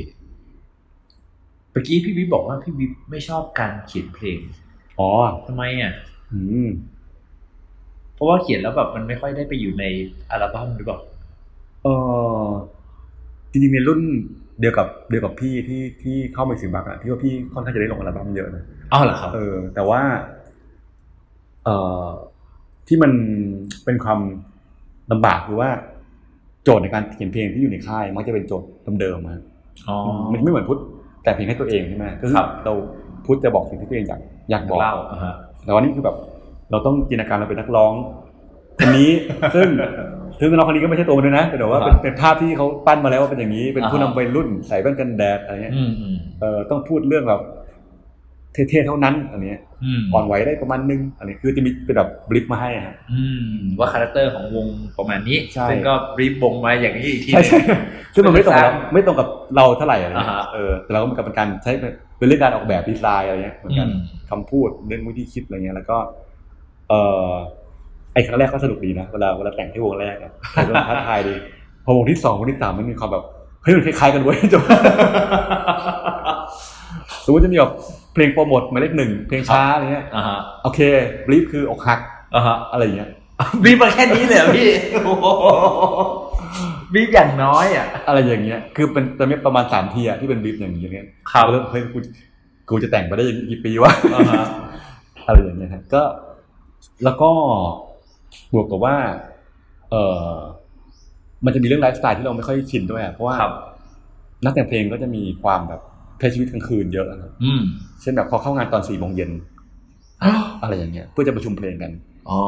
S1: เมื่อกี้พี่วิบบอกว่าพี่วิบไม่ชอบการเขียนเพลง
S2: อ๋อ
S1: ทำไมอ่ะ
S2: อืม
S1: เพราะว่าเขียนแล้วแบบมันไม่ค่อยได้ไปอยู่ในอัลบั้มหรือเปล่า
S2: เออจริงๆในรุ่นเดียวกับเดียวกับพี่ที่ที่เข้าไปสิบักอะที่ว่าพี่ค่อนข้างจะได้ลงอัลบั้มเยอะนะ
S1: อ้าวเหรอครับ
S2: เออแต่ว่าเอ่อที่มันเป็นความลำบากคือว่า โจทย์ในการเขียนเพลงที่อยู่ในค่าย มักจะเป็นโจทย์เดิมๆอะ
S1: อ๋อ
S2: มันไม่เหมือนพุทธแต่งเพลงให้ตัวเองใช่ไหมก็คือ
S1: ครับ
S2: เราพุทธจะบอกสิ่งที่ตัวเองอยากอยากบอก
S1: เล่าอ่ะฮะ
S2: แต่ว่านี่คือแบบ เราต้องจินตนาการเราเป็นนักร้องคนนี้ ซึ่งซึ่งนักร้องคนนี้ก็ไม่ใช่ตัวมันด้วยนะแต่ว่า
S1: ครับ
S2: เป็นเป็นภาพที่เขาปั้นมาแล้วว่าเป็นอย่างนี้ เป็นผู้
S1: อ่าฮะ
S2: นำวัยรุ่นใส่แว่นกันแดดอะไรเงี้ย
S1: อืมอืม
S2: เออต้องพูดเรื่องแบบเท่ๆเท่านั้นอันเนี้ย
S1: อืม
S2: อ่อนไหวได้ประมาณนึง อันนี้คือจะมีเป็นแบบบลิฟมาให้ครับ
S1: อืม ว่าคาแรคเตอร์ของวงประมาณนี้
S2: ใช่
S1: ซึ่งก็รีบวงมาอย่างนี้อีกทีห
S2: ใช่
S1: นึ่ง
S2: ใช่ซึ่งมันไม่ตรงกับไม่ตรงกับเราเท่าไหร่อะไรเงี้
S1: อ่าย ฮะ
S2: เออแต่เราก็เหมือนกับเป็นการใช้เป็นเรื่องการออกแบบดีไซน์อะไรเงี้ยเหมือน
S1: อื
S2: กัน
S1: ม
S2: คำพูดเรื่องวิธีคิดอะไรเงี้ยแล้วก็ เอ่อไอ้ครั้งแรกก็สนุกดีนะเวลาเวลาแต่งที่วงแรกอะมันก็ท้าทายดีพอวงที่สองวงที่สามมันมีความแบบเฮ้ยมันคล้ายๆกันเว้ย จบสมมติจะมีแบบเพลงโปรโมทหมายเลขหนึ่งเพลงช้าอะไรเงี้ย
S1: อ่าฮะ
S2: โอเคบลิฟคืออกหัก
S1: อ่าฮะ
S2: อะไรอย่างเงี้ย
S1: บีบมาแค่นี้เลยเหรอพี่โอ้โหบีบอย่างน้อยอ่ะ
S2: อะไรอย่างเงี้ย คือเป็นตอนนี้ประมาณสามทีอะที่เป็นบีฟอย่างนี้เนี่ย
S1: ครับ
S2: แล้วเฮ้ยกูกูจะแต่งไปได้ยังกี่ปีวะ
S1: อ่าฮะ
S2: อะไรอย่างเงี้ยครับก็ แล้วก็บวกกับว่า เออมันจะมีเรื่องไลฟ์สไตล์ที่เราไม่ค่อยชินด้วยอะเพราะว่า
S1: ครับ
S2: นักแต่งเพลงก็จะมีความแบบใช้ชีวิตกลางคืนเยอะนะครับ
S1: อืม
S2: เช่นแบบพอเข้างานตอนสี่โมงเย็น
S1: อ้าว
S2: อะไรอย่างเงี้ยเพื่อจะประชุมเพลงกัน
S1: อ๋อ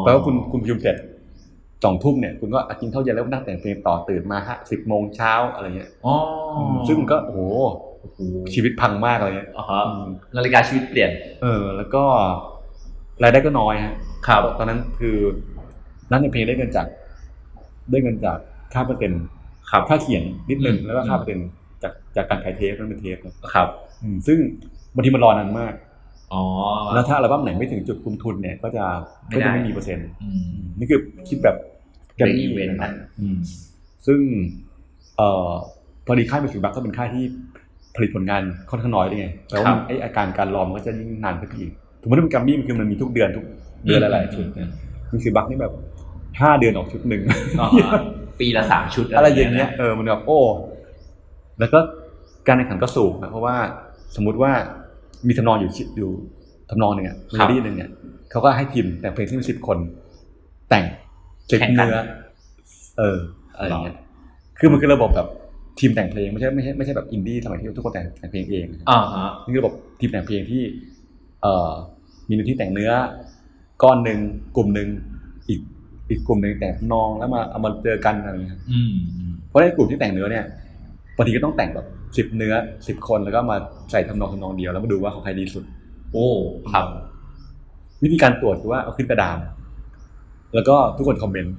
S2: แปลว่าคุณคุณประชุมเสร็จสองทุ่มเนี่ยคุณก็อ่ะกินข้าวเย็นแล้วนั่งแต่งเพลงต่อตื่นมาฮะสิบโมงเช้าอะไรเงี้ย
S1: อ๋อ
S2: ซึ่งมันก็โอ้โห
S1: โอ้โห
S2: ชีวิตพังมากอะไรเงี้ย
S1: อ่าฮะนาฬิกาชีวิตเปลี่ยน
S2: เออ แล้วก็รายได้ก็น้อยฮะ
S1: ครับ
S2: ตอนนั้นคือนักดนตรีได้เงินจาก ได้เงินจากค่าเปอร์เซ็นต์
S1: ครับ
S2: ค่าเขียนนิดนึง
S1: อืม
S2: แล้วก็ค่าเปอร์เซ็นต์จากจากการขายเทปนั่นเป็นเทปนะครับ อืมซึ่งบางทีมันรอนานมาก
S1: อ๋อ
S2: แล้วถ้าอัลบั้มไหนไม่ถึงจุดคุมทุนเนี่ย ก็จะ
S1: ไม่
S2: ก็
S1: ได้
S2: จะไม่มีเปอร์เซ็นต์
S1: อืม
S2: นี่คือคิดแบบ
S1: เป็นอีเวนต์นะ
S2: ะซึ่ง เอ่อพอดีค่ายมิวสิกบัคก็เป็นค่ายที่ผลิตผลงานค่อนข้างน้อยด้วยไงแต่ว่ามันไออาการการรอมันก็จะยิ่งนานขึ้นไปอีกถึงแม้ว่าเป็นกัมมี่มันคือมันมีทุกเดือนทุกเดือนหลายๆชุด
S1: อืม
S2: มิวสิกบัคนี่แบบห้าเดือนออกชุดหนึ่ง
S1: อ่าฮะปีละสามชุด
S2: อะไรอย่างเงี้ยเออมันแบบโอ้ แล้วก็การแข่งขันก็สูงนะเพราะว่าสมมุติว่ามีทำนองอยู่ชิอยู่ทำนองหนึ่งอะเมโลดี้หนึ่งเนี่ยเขาก็ให้ทีมแต่งเพลงที่มีสิบคน แต่งเก็บเนื้อเอออะไรอย่างเงี้ยคือมันคือระบบแบบทีมแต่งเพลงไม่ใช่ไม่ใช่ไม่ใช่แบบอินดี้สมัยที่ทุกคนแต่งแต่งเพลงเองนะครับ
S1: อ่าฮะ
S2: นี่คือระบบทีมแต่งเพลงที่ เอ่อมีหน้าที่แต่งเนื้อ ก้อนหนึ่งกลุ่มหนึ่งอีกอีกกลุ่มหนึ่งแต่งทำนองแล้วมาเอามาเจอกันอะไรอย่างเงี้ย
S1: อืมอืม
S2: เพราะในกลุ่มที่แต่งเนื้อเนี่ยบางทีก็ต้องแต่งแบบสิบเนื้อสิบคนแล้วก็มาใส่ทำนองทำนองเดียวแล้วมาดูว่าของใครดีสุด
S1: โอ้ครับ
S2: วิธีการตรวจคือว่าเอาขึ้นกระดานแล้วก็ทุกคนคอมเมนต์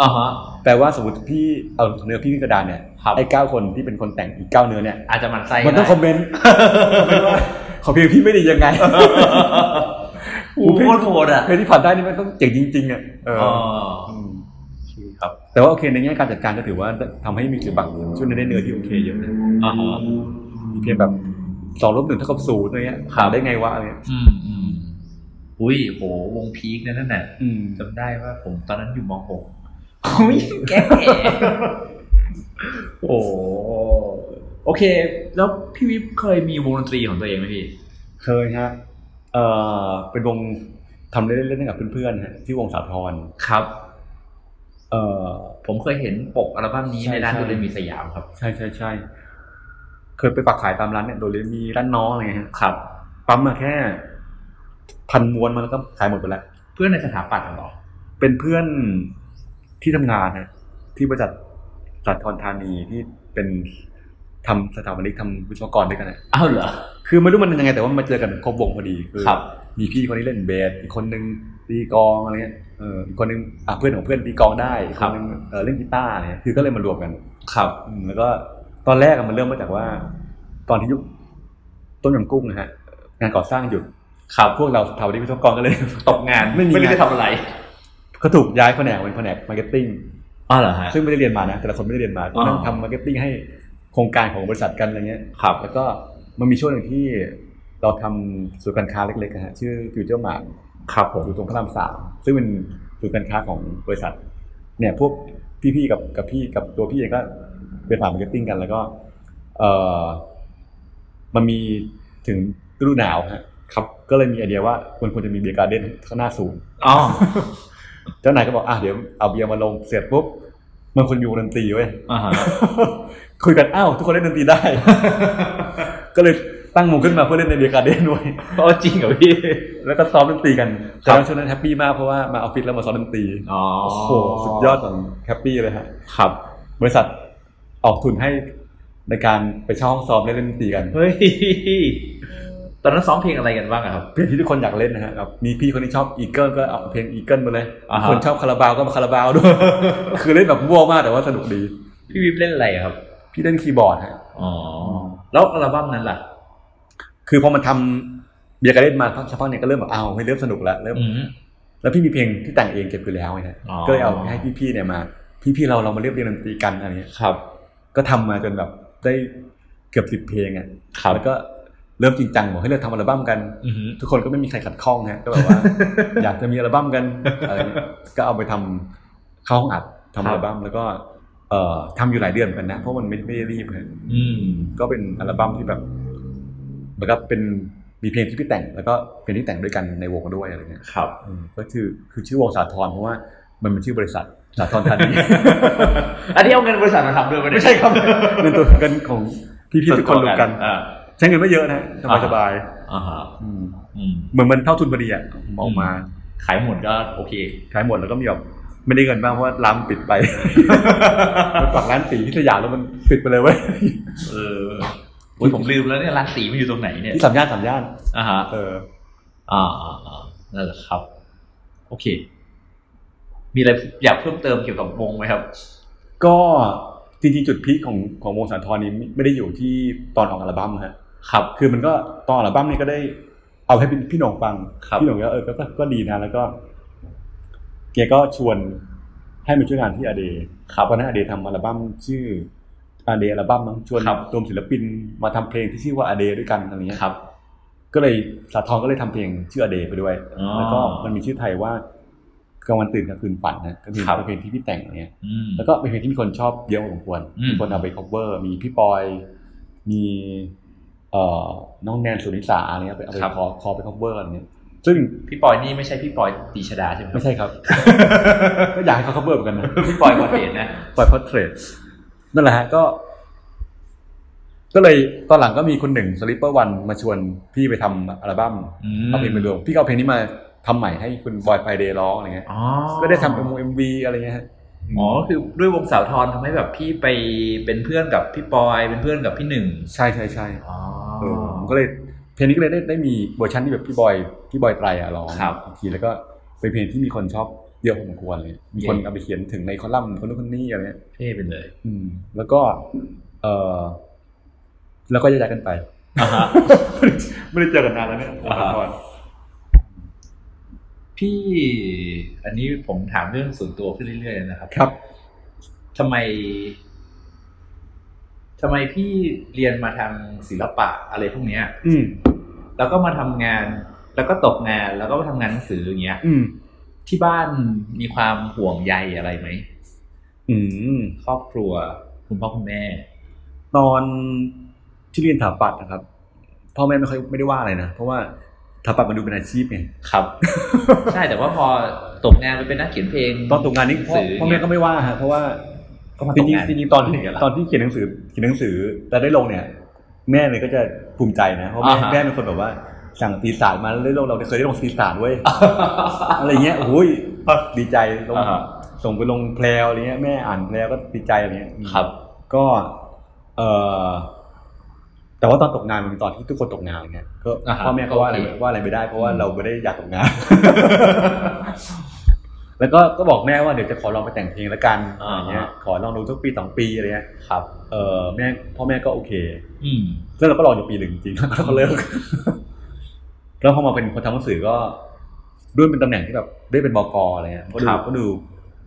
S1: อ่าฮะ
S2: แปลว่าสมมติพี่เอาเนื้อพี่ขึ้นกระดานเนี่ย
S1: ครับ
S2: ไอ้เก้าคนที่เป็นคนแต่งอีกเก้าเนื้อเนี่ย
S1: อาจจะหมันไส้
S2: มันต้องค
S1: ก็
S2: อม
S1: ได้
S2: เมนต์ คอมเมนต์ว่าของพี่พี่ไม่ดียังไง
S1: โอ้โหโคตรโหดอ่ะ
S2: เพลงที่ผ่านได้นี่มันต้องเจ๋งจริงๆอ่ะเออ
S1: อ๋อ
S2: ม
S1: ครับ
S2: แต่ว่าโอเคในแง่การจัดการก็ถือว่าทำให้มีจุดบักช่วยได้เนื้อที่โอเคเยอะนะ
S1: อ่าฮะ
S2: มีเพียงแบบสองลบหนึ่งเท่ากับศูนย์อะไรเงี้ย
S1: ครับ
S2: หาได้ไงวะอะไรเงี้ย
S1: อืมอืมอุ้ยโหวงพีคนะนั่นน่ะจำได้ว่าผมตอนนั้นอยู่มหกเขาไม่แก่โอ้โหโอเค แล้วพี่วิปเคยมีวงดนตรีของตัวเองไหมพี่
S2: เคยฮะเออเป็นวงทำเล่นๆกับเพื่อนๆฮะที่วงสาทร
S1: ครับ
S2: เออ
S1: ผมเคยเห็นปกอัลบั้มนี้
S2: ใช่
S1: ในร้าน
S2: ใช่
S1: ดูเรมีสยามครับ
S2: ใช่ใช่ใช่เคยไปปักขายตามร้านเนี่ยโดเรมีร้านน้องอะไรเงี้ยฮะ
S1: ครับ
S2: ปั๊มมาแค่ พันม้วนมาแล้วก็ขายหมดไปแล้ว
S1: เพื่อนในสถาปัตย์เหรอ
S2: เป็นเพื่อนที่ทำงานฮะที่บริษัทสาทรธานีที่เป็นทำสถาปนิกทำวิศวกรด้วยกันนะ
S1: อ้าวเหรอ
S2: คือไม่รู้มันยังไงแต่ว่ามาเจอกันครบวงพอดีคือ
S1: ครับ
S2: มีพี่คนนี้เล่นเบสอีกคนนึงตีกลองอะไรเงี้ยเอออีกคนนึงอ่ะเพื่อนของเพื่อนตีกลองได้อีก
S1: ครั
S2: ค
S1: บ
S2: นนึงเออเล่นกีตาร์อะไรเนี่ยคือก็เลยมารวมกัน
S1: ครับ
S2: อืมแล้วก็ตอนแรกอะมันเริ่มมาจากว่า ตอนที่ยุคต้นยำกุ้งนะฮะงานก่อสร้างหยุด
S1: ครับ
S2: พวกเราสถาปนิกวิศวกรก็เลย
S1: ตกงาน
S2: ไม่มี
S1: รู้
S2: งาน
S1: จะทำอะไร
S2: ก็ถูกย้ายแผนกเป็นแผนกมาร์เก็ตติ้ง
S1: อ๋อเหรอฮะ
S2: ซึ่งไม่ได้เรียนมานะแต่ละคนไม่ได้เรียนมา
S1: อ๋อ
S2: นั่งทำมาร์เก็ตติ้งให้โครงการของบริษัทกันอะไรเงี้ย
S1: ครับ
S2: แล้วก็มันมีช่วงหนึ่งที่เราทำศูนย์การค้าเล็กๆนะฮะชื่อฟิวเจอร์มาร์
S1: ครับผม
S2: อยู่ตรงพระรามสามซึ่งเป็นศูนย์การค้าของบริษัท เนี่ยพวกพี่ๆกับกับพี่กับตัวพี่เองก็เป็นฝ่ายมาร์เก็ตติ้งกัน แล้วก็เออมันมีถึงฤดูหนาวฮะ
S1: ครับ
S2: ก็เลยมีไอเดียว่าควรควรจะมีเบียร์การ์เด้นข้างหน้าศูนย์
S1: อ๋อ
S2: เจ้านายก็บอกอ่ะเดี๋ยวเอาเบียร์มาลงเสร็จปุ๊บมันคนอยู่วงดนตรีเว้ย
S1: อ่าฮะ
S2: คุยกันอ้าวทุกคนเล่นดนตรีได้ ก็เลยตั้งวงขึ้นมาเพื่อเล่นในเบียร์การ์เด้นด้วย
S1: โอ้จริงเหรอพี่
S2: แล้วก็ซ้อมดนตรีกัน
S1: ครับ
S2: แต่ช่วงนั้นแฮปปี้มากเพราะว่ามาออฟฟิศแล้วมาซ้อมดนตรี
S1: อ๋อ
S2: โอ้โหสุดยอดของแฮปปี้เลยฮะ
S1: ครับ
S2: บริษัทออกทุนให้ในการไปเช่าห้องซ้อมเล่นดนตรีกัน
S1: เฮ้ย ตอนนั้นซ้อมเพลงอะไรกันบ้างอะครับ
S2: เพลงที่ทุกคนอยากเล่นนะฮะครับมีพี่คนที่ชอบอีเกิลก็เอาเพลงอีเกิลมาเลย
S1: อ่าฮะ
S2: คนชอบคาราบาวก็มาคาราบาวด้วย คือเล่นแบบมั่วมากแต่ว่าสนุกดี
S1: พี่วิบเล่นอะไรอะครับ
S2: พี่เล่นคีย์บอร์ดฮะ
S1: อ๋อ แล้วอัลบั้มนั้นล่ะ
S2: คือพอมันทำเบียร์การ์เด้นมาพักสักพักเนี่ยก็เริ่มแบบอ้าวไม่เริ่มสนุกแล้วเริ่ม
S1: อืม
S2: แล้วพี่มีเพลงที่แต่งเองเก็บอยู่แล้วไงฮะ
S1: อ๋อ
S2: ก็เลยเอาให้พี่ๆเนี่ยมา พี่ๆเราเรามาเรียบเรียงดนตรีกันอะไรเงี้ย
S1: ครับ
S2: ก็ทำมาจนแบบได้เกือบสิบ10เพลงอ่ะ
S1: ครับ
S2: แล้วก็เริ่มจริงจังบอกให้ยเราทำอัลบั้มกัน
S1: อือหือ
S2: ทุกคนก็ไม่มีใครขัดข้องนะฮะก็ แบบว่า อยากจะมีอัลบั้มกันอะไรเงี้ยก็เอาไปทำเข้าห้องอัดทำอัลบั้มแล้วก็เอ่อทำอยู่หลายเดือนเหมือนกันนะเพราะมันไม่ไม่ได้รีบฮะ
S1: อืม
S2: ก็เป็นอัลบั้มที่แบบเหมือนกับเป็นมีเพลงที่พี่แต่ง แล้วก็เพลงที่แต่งด้วยกันในวงด้วยอะไรเงี้ย
S1: ครับ
S2: อืมก็คือคือชื่อวงสาทรเพราะว่ามันเป็นชื่อบริษัทสาทรธานี
S1: อันนี้เอาเงินบริษัทมาทำด้วยไม่ใช่ ครับ
S2: เงินตัวกันของพี่พี่ทุกคนรวมกัน
S1: อ่า
S2: ใช้เงินไม่เยอะนะสบาย
S1: อ่า
S2: สบาย
S1: อ่าฮะ
S2: อืม
S1: อืม
S2: เหมือนมันเท่าทุนพอดีอ่ะมองมา
S1: ขายหมดก็โอเค
S2: ขายหมดแล้วก็มีแบบไม่ได้เงินบ้างเพราะว่าร้านปิดไป มันปักร้านตีที่สยามแล้วมันปิดไปเลยเว้ย
S1: เออโอ้ยผมลืมแล้วเนี่ยร้านตีมันอยู่ตรงไหนเนี่ย
S2: ที่สามย่านสามย่าน
S1: อ่าฮะ
S2: เออ
S1: อ่าอ่าอ่านั่นแหละครับ โอเค มีอะไรอยากเพิ่มเติมเกี่ยวกับวงไหมครับ
S2: ก็จริงๆจุดพีคของของวงสานทรนี้ไม่ไม่ได้อยู่ที่ตอนออกอัลบั้มฮะ
S1: ครับ
S2: คือมันก็ตอนอัลบั้มนี่ก็ได้เอาให้พี่พี่หน่งฟัง
S1: ครับ
S2: พี่หน่งก็เออก็ก็ก็ดีนะ แล้วก็แกก็ชวนให้มาช่วยงานที่อเดครับตอนนั้นอเดทำอัลบั้มชื่ออเดอัลบั้มมั้งชวน
S1: ครับ
S2: รวมศิลปินมาทำเพลงที่ชื่อว่าอเดด้วยกันอะไรเงี้ย
S1: ครับ
S2: ก็เลยสาทรก็เลยทำเพลงชื่ออเดไปด้วย
S1: อ๋อ
S2: แล้วก็มันมีชื่อไทยว่ากลางวันตื่นกลางคืนฝันนะก็มี
S1: ครับ
S2: เพลงที่พี่แต่งอะไรเงี้ย
S1: อืม
S2: แล้วก็เป็นเพลงที่มีคนชอบเยอะพอสมควร
S1: อืม
S2: มีคนเอาไป cover มีพี่ปอย มีเอ่อน้องแนนสุนิสาอะไรเงี้ยไปเอาไปคอคอไป cover อะไรเงี้ย ซึ่ง
S1: พี่ปอยนี่ไม่ใช่พี่ปอยตีชดาใช่ไหมครั
S2: ไม่
S1: บ
S2: ใช่ครับ ก็อยากให้เขา cover เหมือนกันนะ
S1: พี่ปอยก่อนเดทนะ
S2: ปล่อย portrait นั่นแหละฮะก็ ก็เลยตอนหลังก็มีคนหนึ่งสลิปเปอร์วันมาชวนพี่ไปทำอัลบั้ม
S1: อืม
S2: เอาเพลงไปรวมพี่ก็เอาเพลงนี้มาทำใหม่ให้คุณบอยไฟเดย์ร้องอะไรเงี้ย
S1: อ๋อ
S2: ก็ได้ทำเอ็มวีอะไรเงี้ยฮะ
S1: อ๋อคือด้วยวงสาวทรทำให้แบบพี่ไปเป็นเพื่อนกับพี่ปอยเป็นเพื่อนกับพี่หนึ่ง
S2: ใช่ใช่ใช่
S1: อ๋อ
S2: เออผมก็เลยเพลงนี้ก็เลยได้ได้มีเวอร์ชันที่แบบพี่บอยพี่บอยไตรอะร้อง
S1: ครับ
S2: อีกทีแล้วก็เป็นเพลงที่มีคนชอบเยอะพอสมควรเลยมีคน
S1: เย้
S2: เอาไปเขียนถึงในคอลัมน์คนนู้นคนนี้อะไรเงี้ย
S1: เท่ไปเลย
S2: อืม แล้วก็เออแล้วก็แยกย้ายกันไป
S1: อ่าฮะ
S2: ไม่ได้เจอกันนานแล้วเนี่ย
S1: อ่าฮะ พี่ อันนี้ผมถามเรื่องส่วนตัวขึ้นเรื่อยๆนะครับ
S2: ครับ
S1: ทำไมทำไมพี่เรียนมาทางศิลปะอะไรพวกเนี้ย
S2: อืม
S1: แล้วก็มาทำงาน แล้วก็ตกงานแล้วก็มาทำงานหนังสืออย่างเงี้ย
S2: อืม
S1: ที่บ้านมีความห่วงใยอะไรไหม
S2: อืม
S1: ครอบครัว คุณพ่อคุณแม่
S2: ตอนที่เรียนสถาปัตย์นะครับพ่อแม่ไม่ค่อยไม่ได้ว่าอะไรนะเพราะว่าสถาปัตย์มันดูเป็นอาชีพไง
S1: ครับ ใช่แต่ว่าพอตกงานไปเป็นนักเขียนเพลง
S2: ตอนตกงานนี่พ่อพ่อแม่ก็ไม่ว่าฮะเพราะว่า
S1: ก็มา
S2: จ
S1: ตก
S2: ริง
S1: งาน
S2: ๆจริงๆตอนที่
S1: ย่างเงี้ยเหร
S2: ตอนที่เขียนหนังสือเขียนหนังสือแล้วได้ลงเนี่ย แม่เลยก็จะภูมิใจนะเพราะแม่
S1: อ่าฮะ
S2: แม่เป็นคนแบบว่า สั่งตีสารมาแล้วได้ลงเราเคยได้ลงตีสารเว้ยอะไรเงี้ยโอ้ยดีใจลง
S1: อ่าฮะ
S2: ส่งไปลงแพลวอะไรเงี้ยแม่อ่านแพลวก็ดีใจอะไรเงี้ย
S1: ครับ
S2: ก็ เออ แต่ว่าตอนตกงานมันเป็นตอนที่ทุกคนตกงานเงี้ยก็
S1: อ่าฮะ
S2: พ่อแม่ก็ว่าอะไร
S1: โอเค
S2: ว่าอะไรไม่ได้เพราะว่าเราไม่ได้อยากตกงาน แล้วก็ก็บอกแม่ว่าเดี๋ยวจะขอลองไปแต่งเพลงละกัน
S1: อ่าฮะ
S2: อย่างเงี้ยขอลองดูสักปีสองปีอะไรเงี้ย
S1: ครับ
S2: เออแม่พ่อแม่ก็โอเค
S1: อืม
S2: แล้วเราก็รออยู่ปีหนึ่งจริงๆ แล้วก็เลิก แล้วพอมาเป็นคนทำหนังสือก็ด้วยเป็นตำแหน่งที่แบบได้เป็นบกอะไรเงี้ยก็ดู
S1: ครับ
S2: ก็ดู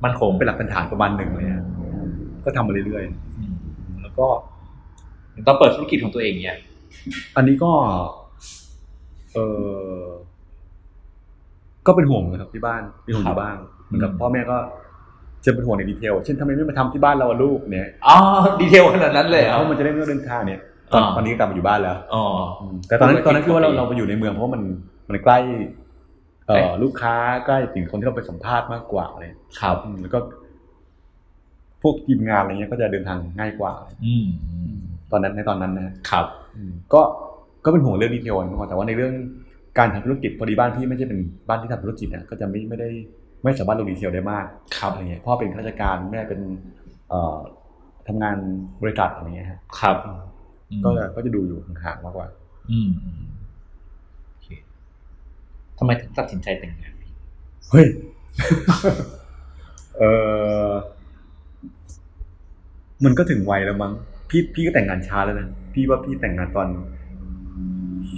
S1: มันคง
S2: เป็นหลักเป็นฐานประมาณหนึ่งอะไรเงี้ยก็ทำมาเรื่อย
S1: อืม
S2: ๆแล้วก็
S1: ต้องเปิดธุรกิจของตัวเองเนี่ย
S2: อันนี้ก็ เออก็เป็นห่วงนะครับที่บ้านเป็นห่วงอ
S1: ครับ
S2: ยู่บ้างเหมือนกับ
S1: อืม
S2: พ่อแม่ก็จะเป็นห่วงในดีเทล เช่นทำไมไม่มาทำที่บ้านเราอะลูกเนี่ย
S1: อ๋อ ดีเทลขนาดนั้นเลยเหรอ
S2: เพราะมันจะได้ไม่ต้องเดินทางเนี่ยตอน
S1: อ่า
S2: ตอนนี้ก็กลับมาอยู่บ้านแล้ว
S1: อ๋อ
S2: แต่ตอนนั้
S1: ป
S2: น
S1: กติ
S2: ตอนนั้นคือว่าเรา
S1: ปกติ
S2: เราไปอยู่ในเมืองเพราะมันมันใกล้เอ่
S1: ใกล้
S2: อลูกค้าใกล้ถึงคนที่เราไปสัมภาษณ์มากกว่าอะไร
S1: ครับ
S2: อืมแล้วก็ พวกทีมงานอะไรเงี้ยก็จะเดินทางง่ายกว่า
S1: อืม
S2: ตอนนั้นในตอนนั้นนะ
S1: ครับ
S2: ก็ก็เป็นห่วงเรื่องดีเทลนะครับแต่ว่าในเรื่องการทำธุรกิจพอดีบ้านพี่ไม่ใช่เป็นบ้านที่ทำธุรกิจเนี่ยก็จะไม่ไม่ได้ไม่สามารถลงดีเทลได้มาก
S1: ครับ
S2: อะไรเงี้ยพ่อเป็นข้าราชการแม่เป็นเอ่อทำงานบริษัทอะไรเงี้ยฮะ
S1: ครับ
S2: ก็ก็จะดูอยู่ห่างๆมากกว่า
S1: อืมอืมโอเคทำไมถึงตัดสินใจแต่งงาน
S2: เฮ้ย เออมันก็ถึงวัยแล้วมั้ง พี่พี่ก็แต่งงานช้าแล้วนะ พี่ว่าพี่แต่งงานตอน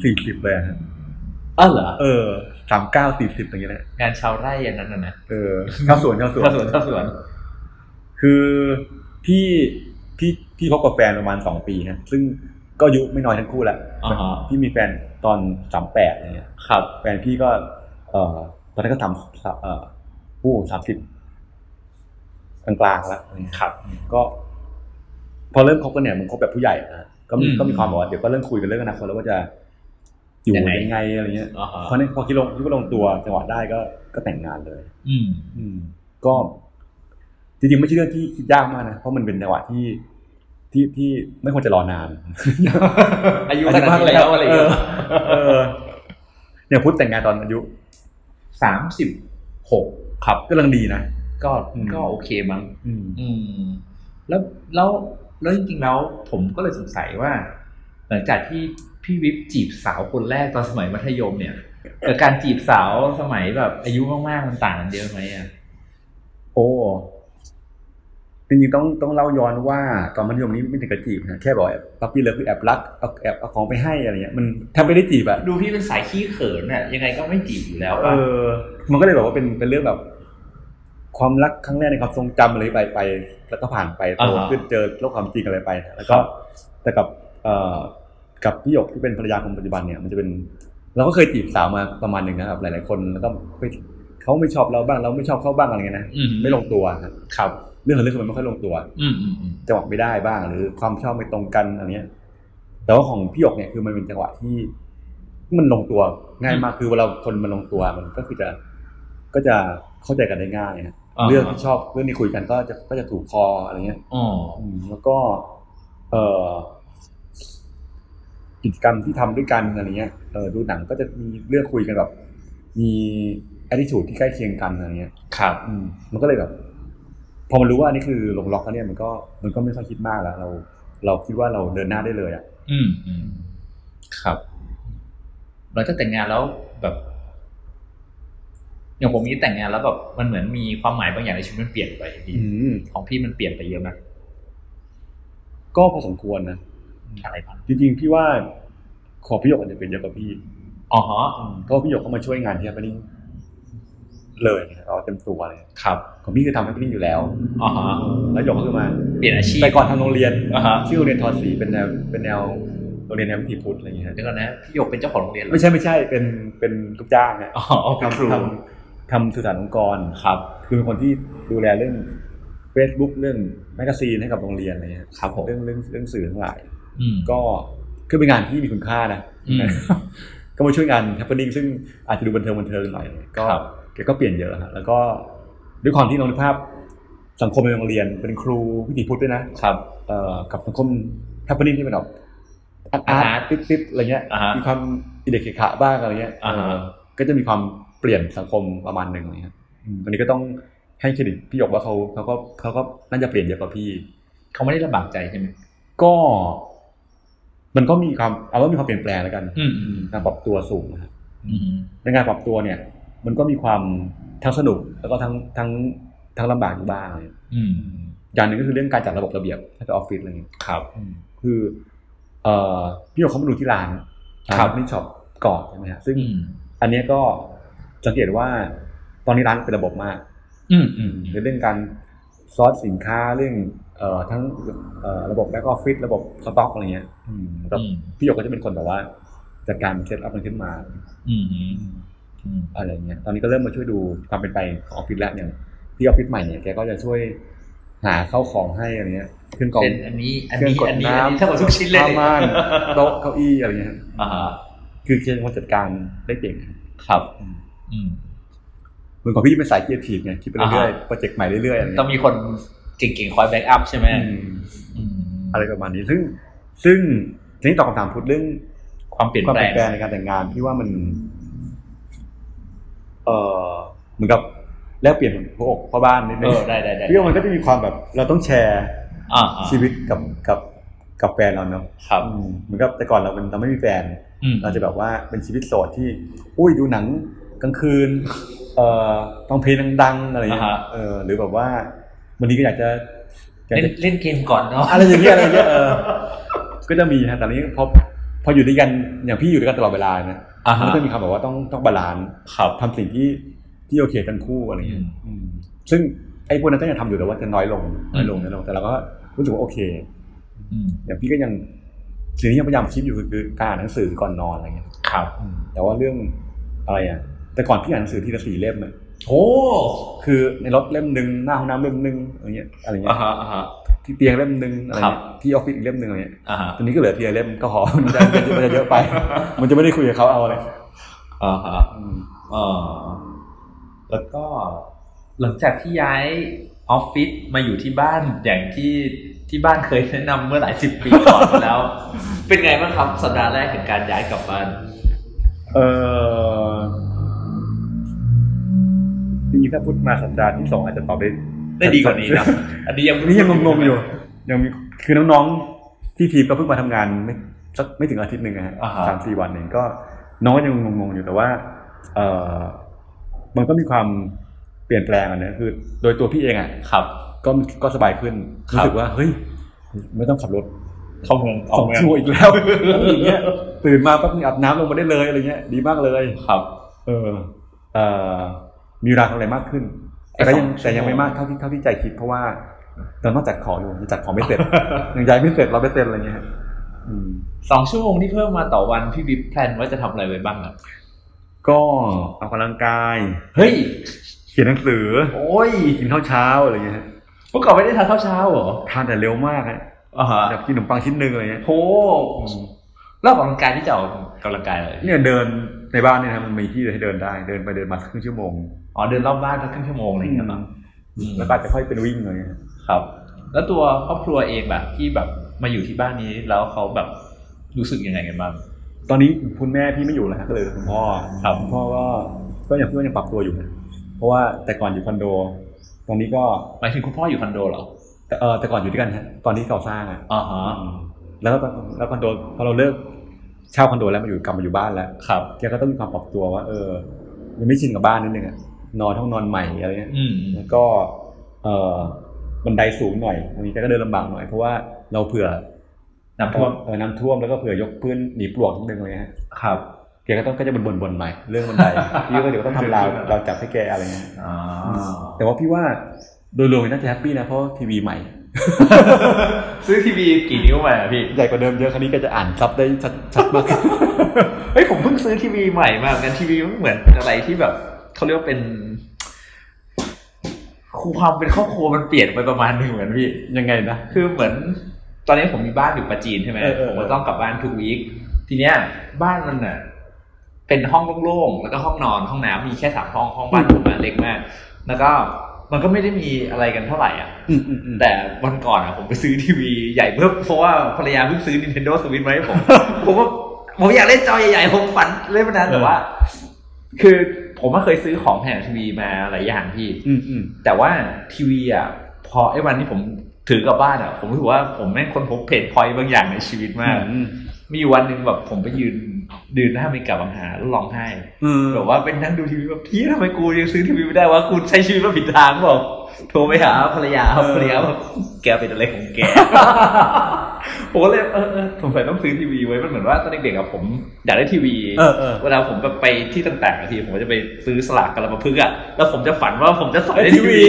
S2: สี่สิบเลยอะฮะ
S1: อ้าวเหรอ
S2: เออสามเก้าสี่สิบอย่างเงี้ยนะ
S1: งานชาวไร่อย่างนั้นนะนะ
S2: เออชาวสวนชาวสวน
S1: ชาวสวนชาวสวน
S2: คือพี่พี่พี่คบกับแฟนประมาณสองปีฮะซึ่งก็อายุไม่น้อยทั้งคู่แหละ
S1: อ่าฮะ
S2: พี่มีแฟนตอนสามแปดอะไรเงี้ย
S1: ครับ
S2: แฟนพี่ก็ เออตอนนั้นก็ทำเออผู้สามสิบกลางๆแล้วอะไรเงี้ย
S1: ครับ
S2: ก็ พอเริ่มคบกันเนี่ยมันคบแบบผู้ใหญ่นะก็มี
S1: อืม
S2: ก็มีความแบบว่าเดี๋ยวก็เริ่มคุยกันเรื่องอนาคตแล้วว่าจะอยู่
S1: ยังไง
S2: ยังไงอะไรเงี้ย
S1: อ๋อฮะ
S2: พอเนี่ยพอคิดลงคิดว่าลงตัวจังหวะได้ก็ก็แต่งงานเลย
S1: อืม
S2: อืม ก็จริงๆไม่ใช่เรื่องที่คิดยากมากนะเพราะมันเป็นจังหวะที่ที่ที่ไม่ควรจะร อนาน
S1: อายุขนาดนี้แล้วอะไรอย่างเงี้ย
S2: เอออย่างพุทธแต่งงานตอนอายุ
S1: สามสิบหกครับ
S2: ก็กำลังดีนะ
S1: ก็
S2: อืม
S1: ก็โอเคมั้ง
S2: อืม
S1: อืม แล้วแล้วแล้วจริงๆแล้วผมก็เลยสงสัยว่า หลังจากที่พี่วิปจีบสาวคนแรกตอนสมัยมัธยม เนี่ยกับการจีบสาวสมัยแบบอายุมากๆมันต่างกันเยอะไหมอ่ะ
S2: โอ้จริงๆต้องต้องเล่าย้อนว่าตอนมัธยมนี้ไม่ถึงกับจีบนะแค่บอกปั๊บปี้เลิฟคือแอบรักเอาแอบเอาของไปให้อะไรเงี้ยมันแทบไม่ได้จีบอะ
S1: ดูพี่เป็นสายขี้เขินอ่ะยังไงก็ไม่จีบอยู่แล้ว
S2: เอ
S1: อ่ะ
S2: อ มันก็เลยแบบว่าเป็นเป็นเรื่องแบบ ความรักครั้งแรกในความทรงจำอะไรไปไป แล้วก็ผ่านไปโตขึ้นเจอโลกความจริงอะไรไป แล้วก็แต่กับ เอ่อกับพี่หยกที่เป็นภรรยาคนปัจจุบันเนี่ย มันจะเป็น เราก็เคยจีบสาวมาประมาณหนึ่งนะครับ หลาย ๆ คนแล้วก็ไปเขาไม่ชอบเราบ้างเราไม่ชอบเขาบ้างอะไรเงี้ยนะ
S1: อื
S2: ไม่ลงตัวครับ
S1: ครับ
S2: เรื่องของเรื่องคือมันไม่ค่อยลงตัว
S1: อืมอืมอืม
S2: จังหวะไม่ได้บ้างหรือความชอบไม่ตรงกันอะไรเงี้ยแต่ว่าของพี่หยกเนี่ยคือมันเป็นจังหวะที่ที่มันลงตัวง่ายมากคือเวลาคนมันลงตัวมันก็คือจะก็จะเข้าใจกันได้ง่ายนะเรื่องที่ชอบเรื่องที่คุยกันก็จะก็จะถูกคออะไรเงี้ย
S1: อ๋อ
S2: อืมแล้วก็เอ่อกิจกรรมที่ทำด้วยกันอะไรเงี้ยเออดูหนังก็จะมีเรื่องคุยกันแบบมีแอดดิทูดที่ใกล้เคียงกันอะไรเงี้ย
S1: ครับ
S2: อืมมันก็เลยแบบ พอมันรู้ว่าอันนี่คือลงล็อกแล้วเนี่ยมันก็มันก็ไม่ค่อยคิดมากแล้วเรา เราคิดว่าเราเดินหน้าได้เลยอ่ะ
S1: อืมอืมครับหลังจากแต่งงานแล้วแบบอย่างผมนี้แต่งงานแล้วแบบมันเหมือนมีความหมายบางอย่างในชีวิตมันเปลี่ยนไปพี่
S2: ม
S1: ของพี่มันเปลี่ยนไปเยอะนะ
S2: ก็พอสมควรนะ
S1: อะไรบ้าง
S2: จริงๆพี่ว่าขอพี่หยกอาจจะเป็นเยอะกว่าพี่
S1: อ๋อฮะ
S2: เพราะว่าพี่หยกเข้ามาช่วยงานที่แฮปปิ้งเลยเอาเต็มตัวเลย
S1: ครับ
S2: ของพี่คือทำแฮปปิ้งอยู่แล้ว
S1: อ๋อฮะ
S2: แล้วหยกก็คือมา
S1: เปลี่ยนอาชีพ
S2: แต่ก่อนทำโรงเรียน
S1: อ่าฮะ
S2: ชื่อโรงเรียนทอสีเป็นแนวเป็นแนวโรงเรียนแนววิถีพุทธอะไรอย่างเงี้ยฮะ
S1: เดี๋ยวก่อนนะพี่หยกเป็นเจ้าของโรงเรียนเหรอ
S2: ไม่ใช่ไม่ใช่เป็นเป็นลูกจ้างฮะ
S1: อ๋อเอาเป็นครู
S2: ทำทำทำสื่อสารองค์กร
S1: ครับ
S2: คือเป็นคนที่ดูแลเรื่อง Facebook เรื่องแมกกาซีนให้กับโรงเรียนอะไรเงี้ย
S1: ครับผม
S2: เรื่องเรื่องเรื่องสื่อทั้งหลาย
S1: อืม
S2: ก็คือเป็นงานที่มีคุณค่านะ
S1: อืม
S2: ก็มาช่วยงาน happening ซึ่งอาจจะดูบันเทิงบันเทิงหน่อย ก็
S1: ครับ
S2: แกก็เปลี่ยนเยอะฮะแล้วก็ด้วยความที่น้องนึกภาพ สังคมในโรงเรียนเป็นครูวิถีพุทธด้วยนะครับ เอ่อกับสังคม happening ที่เป็นแบบอาร์ตอาร์ตติ๊ดติ๊ดอะไรเงี้ย
S1: อ่าฮะ
S2: มีความอิเด็กเขขะบ้างอะไรเงี้ย
S1: อ่าฮะ
S2: เออก็จะมีความเปลี่ยนสังคมประมาณหนึ่งอะไรเงี้ย อันนี้ก็ต้องให้เครดิตพี่หยกว่าเขาเขาก็เขาก็น่าจะเปลี่ยนเยอะกว่าพี่
S1: เขาไม่ได้ลำบากใจใช่ไหม
S2: ก็ มันก็มีความเอาว่ามีความเปลี่ยนแปลงแล้วกัน
S1: อืมอืม
S2: การปรับตัวสูงนะครับ
S1: อืม
S2: ในการปรับตัวเนี่ย มันก็มีความทั้งสนุกแล้วก็ทั้งทั้งทั้งลำบากอยู่บ้างอะไรอย่างเงี้ย
S1: อืม
S2: อย่างหนึ่งก็คือเรื่องการจัดระบบระเบียบถ้าจะออฟฟิศอะไรอย่างเงี้ย
S1: ครับ
S2: คือเอ่อพี่โยเขามาดูที่ร้าน
S1: ครั
S2: ร้า
S1: บ
S2: นมิชช็อปก่อนใช่ไหมฮะซึ่ง
S1: อืม
S2: อันเนี้ยก็สังเกตว่าตอนนี้ร้านเป็นระบบมาก
S1: อืมอืม
S2: ในเรื่องการซอร์สสินค้าเรื่องเอ่อทั้งเอ่อระบบแบ็กออฟฟิศระบบสต็อกอะไรเงี้ยอืมแล้ว
S1: อืม
S2: พี่โยก็จะเป็นคนแบบว่าจัดการเซตอัพมันขึ้นมา
S1: อืมอืม
S2: อะไรเงี้ยตอนนี้ก็เริ่มมาช่วยดูความเป็นไปของออฟฟิศแล้วอย่างที่ออฟฟิศใหม่เนี่ยแกก็จะช่วยหาเข้าของให้อะไรเงี้ยเครื่องกรอง
S1: เป็นอันนี้อัน
S2: เครื่
S1: นี้
S2: องกด
S1: อันนี้
S2: น้ำ
S1: อันนี้ถ้าหมดทุกชิ้นเลย
S2: ผ้า ม่านโต๊ะเก้าอี้อะไรเงี้ยครับ
S1: อ่าฮะ
S2: คือเคนคนจัดการได้เก่ง
S1: ครับอืม
S2: เหมือนของพี่เป็นสายครีเอทีฟไงคิดไปเรื่อย
S1: อ่าฮะ
S2: ๆโปรเจกต์ใหม่เรื่อยๆอะไร
S1: ต้อง
S2: เงี้ย
S1: มีคนเก่งๆคอยแบ็กอัพใช่ไหม
S2: อืม
S1: อืม
S2: อะไรประมาณนี้ ซึ่งซึ่งทีนี้ตอบคำถามพูดเรื่อง
S1: ความเปลี่ยน
S2: ความ
S1: แปล
S2: เปลี่ย
S1: ง
S2: นแปลงในการแต่งงานพี่ว่ามัน เออเหมือนกับแลกเปลี่ยนหัวอกพ่อบ้านนิดนึ
S1: เอง อได้ได้ได้
S2: พี่ว่ามันก็จะมีความแบบ เราต้องแชร์
S1: อ่าอ่า
S2: ชีวิตกับกับกับแฟนเราเนาะ
S1: ครับ
S2: อืมเหมือนกับแต่ก่อนเราเป็นเราไม่มีแฟน
S1: อืม
S2: เราจะแบบว่าเป็นชีวิตโสดที่ อุ้ยดูหนังกลางคืน เอ่อฟังเพลงดังๆอะไรอย่างเงี้ยเออหรือแบบว่าวันนี้ก็อยากจะอยาก
S1: เล่น
S2: จะ
S1: เล่นเกมก่อนเนาะ
S2: อะไรอย่างเงี้ยอะไรอย่างเงี้ยเออก็จะมีฮะแต่อันนี้พอพออยู่ด้วยกันอย่างพี่อยู่ด้วยกันตลอดเวลานะ
S1: อ่า
S2: มัน
S1: ฮะ
S2: ก็จะมีคำแบบว่าต้องต้องบาลานซ์
S1: ครับ
S2: ทำสิ่งที่ที่โอเคทั้งคู่อะไรอย่างเงี้ยอืมซึ่งไอ้พวกนั้นก็ยังทำอยู่แต่ว่าจะน้อยลงน้อยลงน้อยลงแต่เราก็รู้สึกว่าโอเค
S1: อืม
S2: อย่างพี่ก็ยังสิ่งที่ยังพยายามคิดอยู่คือคือการอ่านหนังสือก่อนนอนอะไรอย่างเงี้ย
S1: ครับ
S2: แต่ว่าเรื่องอะไรอ่ะ แต่ก่อนพี่อ่านหนังสือทีละสี่เล่มอ่ะ
S1: โอ้
S2: คือในรถเล่มหนึ่งหน้าห้องน้ำเล่มหนึ่งอะไรเงี้ยอะไรเงี้
S1: อ่าย ฮะอ่าฮะ
S2: ที่เตียงเล่มหนึ่งอะไร
S1: ครั
S2: เงี้
S1: บ
S2: ยที่ออฟฟิศอีกเล่มหนึ่งอะไรเงี้ย
S1: อ่าฮะ
S2: ตอนนี้ก็เหลือทีละเล่มก็พอ มันจะมันจะเยอะ ไป มันจะไม่ได้คุยกับเขาเอาเลย
S1: อ่าฮะ
S2: อืม
S1: เออแล้วก็ หลังจากที่ย้ายออฟฟิศมาอยู่ที่บ้านอย่างที่ที่บ้านเคยแนะนำเมื่อหลายสิบปีก่อนมา แล้ว เป็นไงบ้างครับสัปดาห์แรกของการย้ายกลับบ้าน
S2: เออจริงๆถ้าพูดมาสัปดาห์ที่สองอาจจะตอบได้
S1: ได้ดีกว่านี้นะ อันนี้ยัง
S2: อันนี้ยังงงๆอยู่ ยังมีคือน้องๆที่ทีมก็เพิ่งมาทำงานไม่สักไม่ถึงอาทิตย์หนึ่งนะฮะ
S1: อ่าฮะ
S2: สามสี่วันเองก็น้องก็ยังงงๆอยู่แต่ว่าเออมันก็มีความเปลี่ยนแปลงอะนะคือ โดยตัวพี่เองอ่ะ
S1: ครับ
S2: ก็ก็สบายขึ้น
S1: ครับ
S2: รู้สึกว่าเฮ้ยไม่ต้องขับรถ
S1: เข้าเมืองออก
S2: สอง
S1: เมือง
S2: ชั่วโมงอีกแล้ว อะไรอย่างเงี้ยตื่นมาปั๊บนี่อาบน้ำลงมาได้เลยอะไรเงี้ยดีมากเลย
S1: ครับ
S2: เออเอ่อมีเวลาทำอะไรมากขึ้น แต่ก็ยัง
S1: ไอ้สองชั่วโมง
S2: แต่ยังไม่มากเท่าที่เท่าที่ใจคิดเพราะว่าเราต้องจัดของอยู่ยังจัดของไม่เสร็จ ยังย้ายไม่เสร็จเราไม่เสร็จอะไรเงี้ยฮะอืม
S1: สองชั่วโมงที่เพิ่มมาต่อวันพี่บิ๊บแพลนว่าจะทำอะไรไว้บ้างอ่ะ
S2: ก็ออกกำลังกาย
S1: เฮ้ย
S2: เขียนหนังสือ
S1: โอ้ย
S2: กินข้าวเช้าอะไรเงี้ยฮะ
S1: เมื่อก่อนไม่ได้ทานข้าวเช้าเหรอ
S2: ทานแต่เร็วมากฮะ
S1: อ่าฮะ
S2: แบบกินขนมปังชิ้นหนึ่งอะไรเงี้ย
S1: โหแล้วออกกำลังกายที่จะออกกำลังกายอะไร
S2: เนี่ยเดินในบ้านเนี่ยนะมันมีที่ให้เดินได้เดินไปเดินมาครึ่งชั่วโมง
S1: อ๋อเดินรอบบ้านแล้วครึ่งชั่วโมงอะไรอย่างเงี้ยเหรออืม
S2: แล้วก็อาจจะค่อยเป็นวิ่งอะไรเงี้ยฮะ
S1: ครับ แล้วตัวครอบครัวเองแบบที่แบบมาอยู่ที่บ้านนี้แล้วเขาแบบรู้สึกยังไงกันบ้าง
S2: ตอนนี้คุณแม่พี่ไม่อยู่แล้วฮะก็เลยคุณพ่อ
S1: ครับ
S2: คุณพ่อก็ก็ยังพี่ว่ายังปรับตัวอยู่นะเพราะว่าแต่ก่อนอยู่คอนโด ตอนนี้ก็
S1: หมายถึงคุณพ่ออยู่คอนโดเหรอ
S2: แต่เออแต่ก่อนอยู่ด้วยกันฮะตอนนี้ก่อสร้างอ่ะ
S1: อ่าฮะ
S2: แล้วก็แล้วคอนโดพอเราเลิกเช่าคอนโดแล้วมาอยู่กลับมาอยู่บ้านแล้ว
S1: ครับ
S2: แกก็ต้องมีความปรับตัวว่า เออยังไม่ชินกับบ้านนิดนึงอ่ะนอนห้องนอนใหม่อะไรเงี้ย
S1: อืม
S2: แล้วก็เออบันไดสูงหน่อยอันนี้แกก็เดินลำบากหน่อยเพราะว่าเราเผื่อ
S1: น้ำท่วม
S2: เออน้ำท่วมแล้วก็เผื่อยกพื้นหนีปลวกนิดนึงอะไรเลยฮะ
S1: ครับ
S2: แกก็ต้องก็จะบ่นๆๆหน่อยเรื่องบันได พี่ก็เดี๋ยวก็ต้องทำราวเราวจับให้แกอะไรเงี้ย
S1: อ๋อ
S2: แต่ว่าพี่ว่าโดยรวมน่าจะแฮปปี้นะเพราะทีวีใหม่
S1: ซื้อทีวีกี่นิ้วมาอะพี่
S2: ใหญ่กว่าเดิมเยอะครั้นี้ก็จะอ่านซับได้ชัดชัดมากขึ้น
S1: เฮ้ยผมเพิ่งซื้อทีวีใหม่มาเหมือนกันทีวีมันเหมือนเป็นอะไรที่แบบเขาเรียกว่าเป็นความเป็นครอบครัวมันเปลี่ยนไปประมาณหนึงเหมือนพี่
S2: ยังไงนะ
S1: คือเหมือน ตอนนี้ผมมีบ้านอยู่ประจีนใช่ไหม
S2: เออเออ
S1: ผมก็ต้องกลับบ้านทุกวีคทีเนี้ย บ้านมันน่ะ เป็นห้องโล่งๆแล้วก็ห้องนอนห้องน้ำมีแค่สามห้องห้องบ้านผมอะเล็กมาก แล้วก็มันก็ไม่ได้มีอะไรกันเท่าไหร่อ่ะ
S2: อืมอืมอืม
S1: แต่วันก่อนอ่ะผมไปซื้อทีวีใหญ่เพิ่มเพราะว่าภรรยาเพิ่งซื้อ Nintendo Switch มาให้ผม ผมว่าผมอยากเล่นจอใหญ่ๆ ผมฝันเล่นมานานแต่ว่า คือผมก็เคยซื้อของแพงทีวีมาหลายอย่างพี่
S2: อืมอืม
S1: แต่ว่าทีวีอ่ะพอไอ้วันที่ผมถือกลับบ้านอ่ะ ผมรู้สึกว่าผมแม่งค้นพบเพจพอยต์บางอย่างในชีวิตมาก
S2: อืม
S1: มีอยู่วันหนึ่งแบบผมไปยืนยืนหน้าเมกาบังหาแล้วร้องไห้
S2: อืม
S1: แบบว่าเป็นนั่งดูทีวีแบบพี่ทำไมกูยังซื้อทีวีไม่ได้วะกูใช้ชีวิตมาผิดทางบอกโทรไปหาภรรยาครับภรรยาแบบแกเป็นอะไรของแก ผมก็เลยเออเออสงสัยต้องซื้อทีวีไว้มันเหมือนว่าตอนเด็กๆอะผมอยากได้ทีวี
S2: เออเออ
S1: เวลาผมแบบไปที่ต่างๆอะทีผมก็จะไปซื้อสลากกระปะพึกอะแล้วผมจะฝันว่าผมจะใส่ในทีวี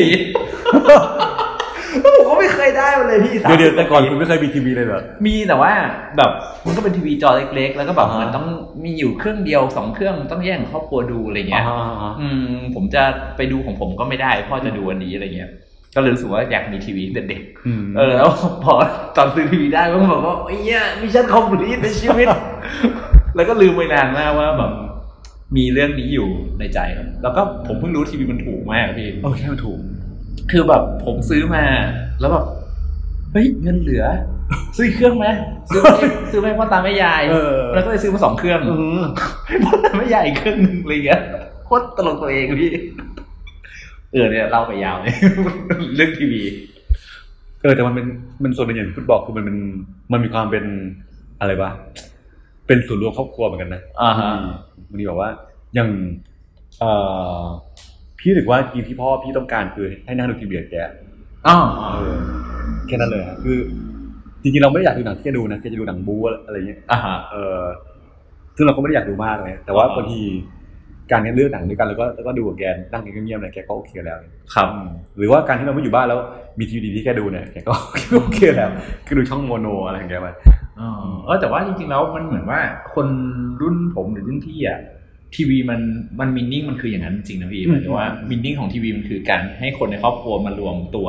S1: แล้วผมก็ไม่เคยได้มันเลยพี่
S2: เดี๋ยวเดี๋ยว
S1: 30
S2: แต่ก่อน
S1: ปี
S2: คุณไม่เคยมีทีวีเลยเหรอ
S1: มีแต่ว่าแบบมันก็เป็นทีวีจอเล็กๆ แล้วก็แบบ
S2: อ่าฮะ
S1: เหมือนต้องมีอยู่เครื่องเดียวสองเครื่องต้องแย่งครอบครัวดูอะไรเงี้ย
S2: อ่าอ่าอ่า
S1: อืม ผมจะไปดูของผมก็ไม่ได้พ่อจะดูอันนี้อะไรเงี้ย ก็เลยรู้สึกว่าอยากมีทีวีตั้งแต่เด็ก
S2: ม
S1: เออแล้วพอตอนซื้อทีวีได้ก็บอกว่าไอ้เนี้ยมิชชั่นคอมพลีทในชีวิต แล้วก็ลืมไปนานมากว่าแบบมีเรื่องนี้อยู่ในใจครับแล้วก็ผมเพิ่งรู้ทีวีมันถูกมากพี่
S2: โอเคมันถูก
S1: คือแบบผมซื้อมา แล้วแบบเฮ้ยเงินเหลือ ซื้อเครื่องไหมซื้อไปซื้อไปให้พ่อตาแม่ยาย
S2: เออ
S1: แล้วก็เลยซื้อมาสองเครื่องให้พ่อตาแม่ยายอีกเครื่องหนึ่งอะไรเงี้ยโคตรตลกตัวเองพี่เออเนี่ยเล่าไปยาวเลย เรื่องทีวี
S2: เออแต่มันเป็นมันส่วนหนึ่งอย่างที่ฟุตบอลคือมันเป็นมันมีความเป็นอะไรวะเป็นศูนย์รวมครอบครัวเหมือนกันนะ
S1: อ่าฮะ
S2: มันมีแบบว่าอย่างเอ่อพี่รู้สึกว่าทีมที่พ่อพี่ต้องการคือให้นั่งดูทีวีกับแก
S1: อ๋อ
S2: เออแค่นั้นเลยครับคือจริงๆเราไม่ได้อยากดูหนังที่จะดูนะแกจะดูหนังบู๊อะไรอย่างเงี้ย
S1: อ่าฮะ
S2: เออซึ่งเราก็ไม่ได้อยากดูมากเลย แต่ว่า
S1: อ่า
S2: บางทีการเลือกหนังด้วยกันแล้วก็แล้วก็ดูกับแกนั่งกันเงียบๆเนี่ยแกก็โอเคแล้ว
S1: ครับ
S2: หรือว่าการที่เราไม่อยู่บ้านแล้วมีทีวีที่แกดูเนี่ยแกก็ โอเคแล้ว คือดูช่องโมโนอะไรอย่างเงี้ยไป
S1: อ๋อเออแต่ว่าจริงๆแล้วมันเหมือนว่า คนรุ่นผมหรือรุ่นพี่อ่ะทีวีมันมันมินนิ่งมันคืออย่างนั้นจริงๆนะพี่
S2: อืม
S1: หมายถึงว่ามินนิ่งของทีวีมันคือการให้คนในครอบครัวมารวมตัว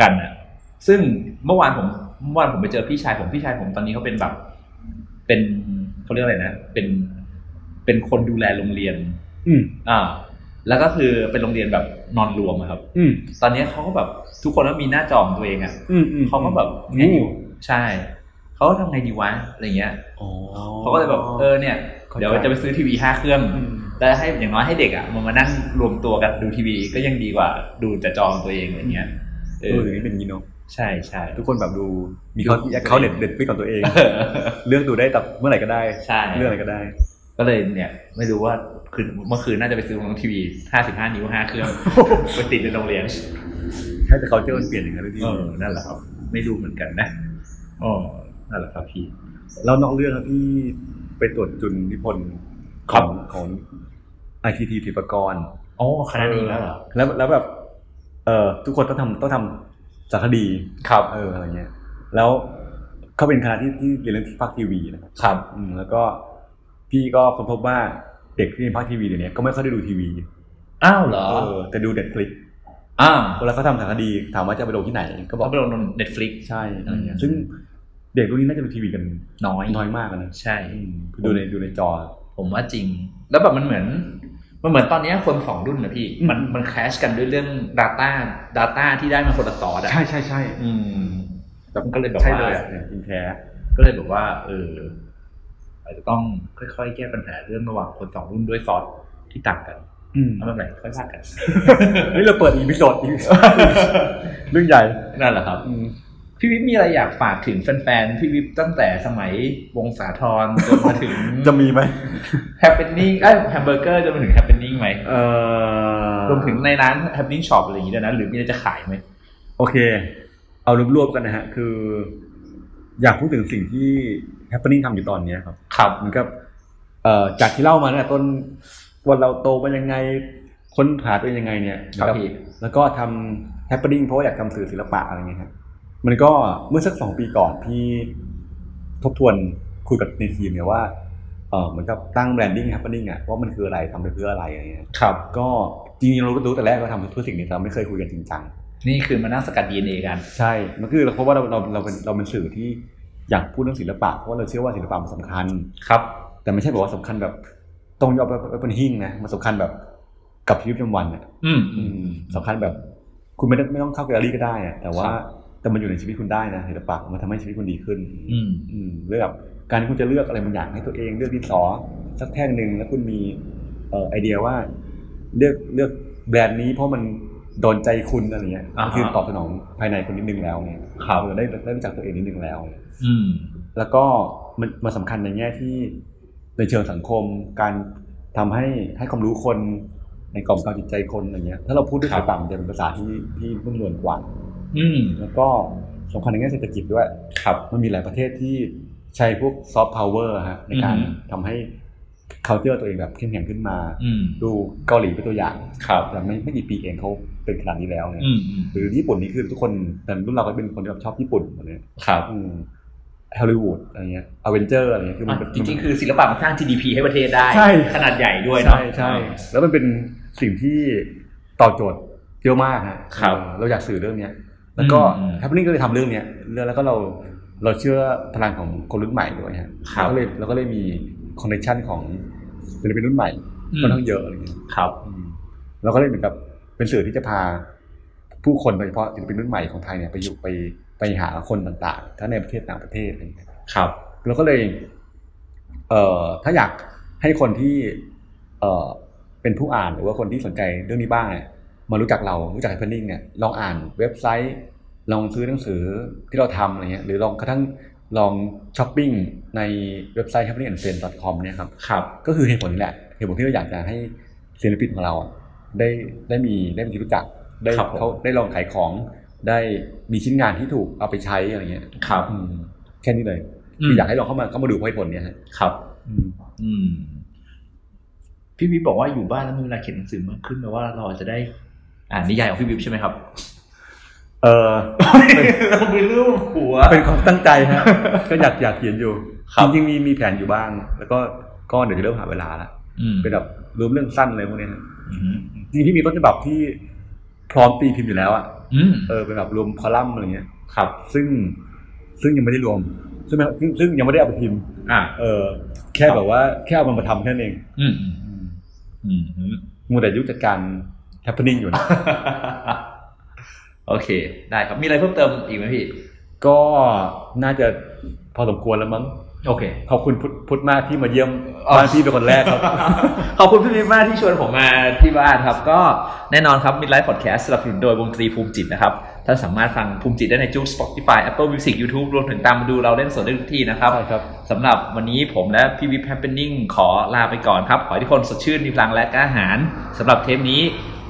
S1: กันอ่ะ ซึ่งเมื่อวานผมเมื่อวานผมไปเจอพี่ชายผมพี่ชายผมตอนนี้เขาเป็นแบบ เป็นเขาเรียกอะไรนะเป็นเป็นคนดูแลโรงเรียน
S2: อืม
S1: อ่า แล้วก็คือเป็นโรงเรียนแบบนอนรวมอะครับ
S2: อืม
S1: ตอนนี้เขาก็แบบทุกคนก็มีหน้าจอของตัวเองอ่ะ
S2: อืมอืม
S1: เขาก็แบบ
S2: อืม
S1: ใช่เขาก็ทำไงดีวะอะไรเงี้ย
S2: อ๋อ
S1: เขาก็เลยแบบเออเนี่ย
S2: เข้าใจ
S1: เดี๋ยวจะไปซื้อทีวีห้าเครื่อง
S2: ม
S1: แล้วให้อย่างน้อยให้เด็กอ่ะมันมานั่งรวมตัวกันดูทีวีก็ยังดีกว่าดูแต่จอของตัวเองอะไรเงี้ย
S2: เอ
S1: เอ
S2: อ
S1: อ
S2: อย่างนี้เป็นอย่างงี้เนาะ
S1: ใช่ใช่
S2: ทุกคนแบบดูมีเขาที่เขาเด็ดเด็ดไปกับ ตัวเอง เลือกดูได้แต่เมื่อไหร่ก็ได้
S1: ใช่
S2: เลือกอะไรก็ได้
S1: ก็เลยเนี่ย ไม่รู้ว่าคืนเมื่อคืนน่าจะไปซื้อของทีวีห้าสิบห้านิ้วห้าเค รื่องไปติดในโรงเรียน
S2: แค่แต่เขาเจอมันเปลี่ยนอย่างนั้นเลยพี่
S1: เออนั่นแหละครับ ไม่รู้เหมือนกันนะอ๋อนั่นแหละครับพี่
S2: แล้วนอกเรื่องครับพี่ไปตรวจจุลนิพนธ์ข
S1: ครั
S2: อบ งของไอทีทีถิปกรณ์
S1: โอ้คณะนี้แล้วเหรอ
S2: แล้วแล้วแบบ เออทุกคนต้องทำต้องทำสารคดี
S1: ครับ
S2: เอออะไรเงี้ย แล้วเขาเป็นคณะที่ที่เรียนเรื่องภาคทีวีนะครับ
S1: ครับ
S2: อืมแล้วก็พี่ก็ค้นพบว่าเด็กที่เรียนภาคทีวีเดี๋ยวนี้ก็ไม่ค่อยได้ดูทีวี
S1: อ้าวเหรอ
S2: เออแต่ดูเด็ดฟลิก
S1: อ้าว
S2: เวลาเขาทำสารคดีถามว่าจะไปลงที่ไหน ก็บอ
S1: เขา
S2: ก
S1: ไปลงเน็ตฟลิก
S2: ใช่อะไรเงี้ยซึ่งเด็กรุ่นนี้น่าจะดูทีวีกัน
S1: น้อย
S2: น้อยมากอะนะ
S1: ใช่
S2: อืมคือดูในดูในจอ
S1: ผมว่าจริง แล้วแบบมันเหมือน มันเหมือนตอนเนี้ยคนสองรุ่นนะพี่
S2: อืม
S1: มันมันแคชกันด้วยเรื่อง Data Data ที่ได้มาคนละซอสอ่ะ
S2: ใช่ใช่ใช่
S1: อืม
S2: แต่
S1: มันก็เลยแบบ
S2: ใช่
S1: ว่า
S2: เลยอ่ะเนี่ยจริงแท้
S1: ก็เลยแบบว่า เอออาจจะต้องค่อยๆ แก้ปัญหาเรื่องระหว่างคนสองรุ่นด้วยซอสที่ต่างกันเอาไม่เป็นไรค่อยว่ากัน
S2: นี่เราเปิดอีพิโซดอีก เรื่องใหญ่
S1: นั่นแหละครับ พี่วิปมีอะไรอยากฝากถึงแฟนๆ พี่วิปตั้งแต่สมัยวงสาทรจนมาถึง
S2: จะมีไหม
S1: Happening เอ้ยแฮมเบอร์เกอร์จนมาถึง Happening ไหม
S2: เออ
S1: รวมถึงในร้าน Happening Shop อะไรอย่างงี้ด้วยนะหรือมีอะไรจะขายไหม
S2: โอเค เอารวบๆกันนะฮะ คือ อยากพูดถึงสิ่งที่ happening ทำอยู่ตอนเนี้ยครับ
S1: ครับ
S2: เหมือนกับเอ่อจากที่เล่ามาเนี่ยต้นวันเราโตมายังไง ค้นหาตัวเองยังไงเนี่ย
S1: ครับ
S2: นะ
S1: พี่
S2: แล้วก็ทำ happening เพราะว่าอยากทำสื่อศิลปะอะไรเงี้ยครับมันก็เมื่อสักสองปีก่อนที่ทบทวนคุยกับในทีมเนี่ยว่าเออเหมือนกับตั้งแบรนดิ้ง happening อะว่ามันคืออะไรทำไปเพื่ออะไรอะไรเงี้ย
S1: ครับ
S2: ก็จริงๆเรารู้แต่แรกว่าทำเพื่อสิ่งนี้แต่เราไม่เคยคุยกันจริงจัง
S1: นี่คือมานั่งสกัด DNA กัน
S2: ใช่ มันคือเพราะว่าเราเราเราเป็นเราเป็นสื่อที่อยากพูดเรื่องศิลปะเพราะว่าเราเชื่อว่าศิลปะมันสำคัญ
S1: ครับ
S2: แต่ไม่ใช่แบบว่าสำคัญแบบต้องยอมรับว่าเป็นหิ้งนะมันสำคัญแบบกับชีวิตประจำวันอ่ะ
S1: อืม
S2: อืมสำคัญแบบ คุณไม่ได้ไม่ต้องเข้าแกลเลอรี่ก็ได้อะแต่ว่า
S1: ครับ
S2: แต่มันอยู่ในชีวิตคุณได้นะศิลปะมันทำให้ชีวิตคุณดีขึ้น
S1: อืม
S2: อืมเลือกการที่คุณจะเลือกอะไรบางอย่างให้ตัวเองเลือกดินสอสักแท่งหนึ่งแล้วคุณมีเอ่อไอเดียว่า เลือกเลือกแบรนด์นี้เพราะมันโดนใจคุณอะไรเงี้ย
S1: อ่าฮะ
S2: คือตอบสนองภายในคุณนิดนึงแล้วไง
S1: ครับ
S2: เออได้ได้รู้จักตัวเองนิดนึงแล้ว
S1: อืม
S2: แล้วก็มันมันสำคัญในแง่ที่ในเชิงสังคม การทำให้ให้ความรู้คนในกล่อมกาวจิตใจคนอะไรเงี้ยถ้าเราพูดด้วย
S1: ครับ
S2: ภาษาต่ำมันจะเป็นภาษาที่ที่นุ่มนวลกว่า
S1: อืม
S2: แล้วก็สำคัญในแง่เศรษฐกิจด้วย
S1: ครับ
S2: มันมีหลายประเทศที่ใช้พวกซอฟต์พาวเวอร์ฮะในการ
S1: อืม
S2: ทำให้ culture ตัวเองแบบเข้มแข็งขึ้นมา
S1: อืม
S2: ดูเกาหลีเป็นตัวอย่าง
S1: ครับ
S2: แต่ไม่ไม่กี่ปีเองเขาเป็นขนาดนี้แล้วเนี่ย
S1: อืมอืม
S2: หรือญี่ปุ่นนี่คือทุกคนแต่รุ่นเราก็เป็นคนที่แบบชอบญี่ปุ่นอะไรเงี้ย
S1: ครับ
S2: อืมฮอลลีวูดอะไรเงี้ยอเวนเจอร์อะไรเงี้ยคือมัน
S1: อ่ะ
S2: เป็น
S1: จริงๆ คือศิลปะมันสร้าง GDP ให้ประเทศได้
S2: ใช่
S1: ขนาดใหญ่ด้วยเนาะ
S2: ใช่ใช่แล้วมันเป็นสิ่งที่ตอบโจทย์เยอะมากฮะ
S1: ครับ
S2: เออเราอยากสื่อเรื่องเนี้ยแล้วก็
S1: อืม
S2: แฮปปี้ก็เลยทำเรื่องเนี้ยแล้วแล้วก็เราเราเชื่อพลังของคนรุ่นใหม่ด้วยฮะ
S1: ครับ
S2: ก็เลยเราก็เลยมีคอนเนคชันของศิลปินรุ่นใหม่
S1: อืม
S2: ค่อนข้างเยอะอะไรเงี้ย
S1: ครับ
S2: อืมเราก็เลยเหมือนกับเป็นสื่อที่จะพาผู้คนโดยเฉพาะศิลปินรุ่นใหม่ของไทยเนี่ยไปอยู่ไปไปหาคนต่างๆ ทั้งในประเทศต่างประเทศอะไรอย่างเงี้ย
S1: ครับ
S2: เราก็เลยเอ่อถ้าอยากให้คนที่เอ่อเป็นผู้อ่านหรือว่าคนที่สนใจเรื่องนี้บ้างเนี่ยมารู้จักเรารู้จักไฮเพนนิ่งเนี่ยลองอ่านเว็บไซต์ ลองซื้อหนังสือที่เราทำอะไรเงี้ยหรือลองกระทั่งลองช้อปปิ้งในเว็บไซต์ h a p p e n i n g a n d f r i e n d s c o m เนี่ยครับ
S1: ครับ
S2: ก็คือเหตุผลนี้แหละเหตุผลที่เราอยากจะให้ศิลปินของเราอ่ะได้ได้มีได้มีที่รู้จักได้
S1: ครับผม
S2: เขาได้ลองขายของ ได้มีชิ้นงานที่ถูกเอาไปใช้อะไรเงี้ย
S1: ครับ
S2: อืมแค่นี้เลยคืออยากให้ลองเข้ามาเข้ามาดูเหตุผลเนี่ยฮะ
S1: ครับ
S2: อืม
S1: อืม พี่วิบบอกว่าอยู่บ้านแล้วมีเวลาเขียนหนังสือมากขึ้นแปลว่าเราจะได้อ่านนิยายของพี่วิบใช่ไหมครับ
S2: เออ
S1: เราไปรูปหัว
S2: เป็นความตั้งใจ ฮะ ก็อยากอยากเขียนอยู่
S1: ครับ
S2: จริงๆมีมีแผนอยู่บ้าง แล้วก็ก็เดี๋ยวจะเริ่มหาเวลาละ
S1: อืม
S2: เป็นแบบรวมเรื่องสั้นอะไรพวกเนี้ยฮะ
S1: อืม
S2: จริงๆพี่มีต้นฉบับที่พร้อมตีพิมพ์อยู่แล้วอ่ะ
S1: อืม
S2: เออเป็นแบบรวมคอลัมน์อะไรเงี้ย
S1: ครับ
S2: ซึ่งซึ่งยังไม่ได้รวม ซึ่งไม่ซึ่งซึ่งยังไม่ได้เอาไปพิมพ์
S1: อ่า
S2: เออแค่แบบว่าแค่เอามันมาทำแค่นั้นเอง
S1: อืมอืมอืมอืม
S2: มูแต่ยุคจัดการ happening อยู่นะ
S1: โอเค ได้ครับ มีอะไรเพิ่มเติมอีกไหมพี่
S2: ก็น่าจะพอสมควรแล้วมั้ง
S1: โอเค
S2: ขอบคุณพุทธพุทธมากที่มาเยี่ยม
S1: อ๋อ
S2: บ้านพี่เป็นคนแรกครับ
S1: ขอบคุณพี่มิมมากที่ชวนผมมาที่บ้านครับ ก็แน่นอนครับ Midlife Podcast สนับสนุนโดยวงตรีภูมิจิตนะครับท่านสามารถฟังภูมิจิตได้ในจุก Spotify Apple Music YouTube รวมถึงตามมาดูเราเล่นสดได้ทุกที่นะครับ
S2: ใช่ครับ
S1: สำหรับวันนี้ผมและพี่วิพแฮปเปนนิ่งขอลาไปก่อนครับ ขอให้ทุกคนสดชื่นมีพลังและกล้าหาญสำหรับเทปนี้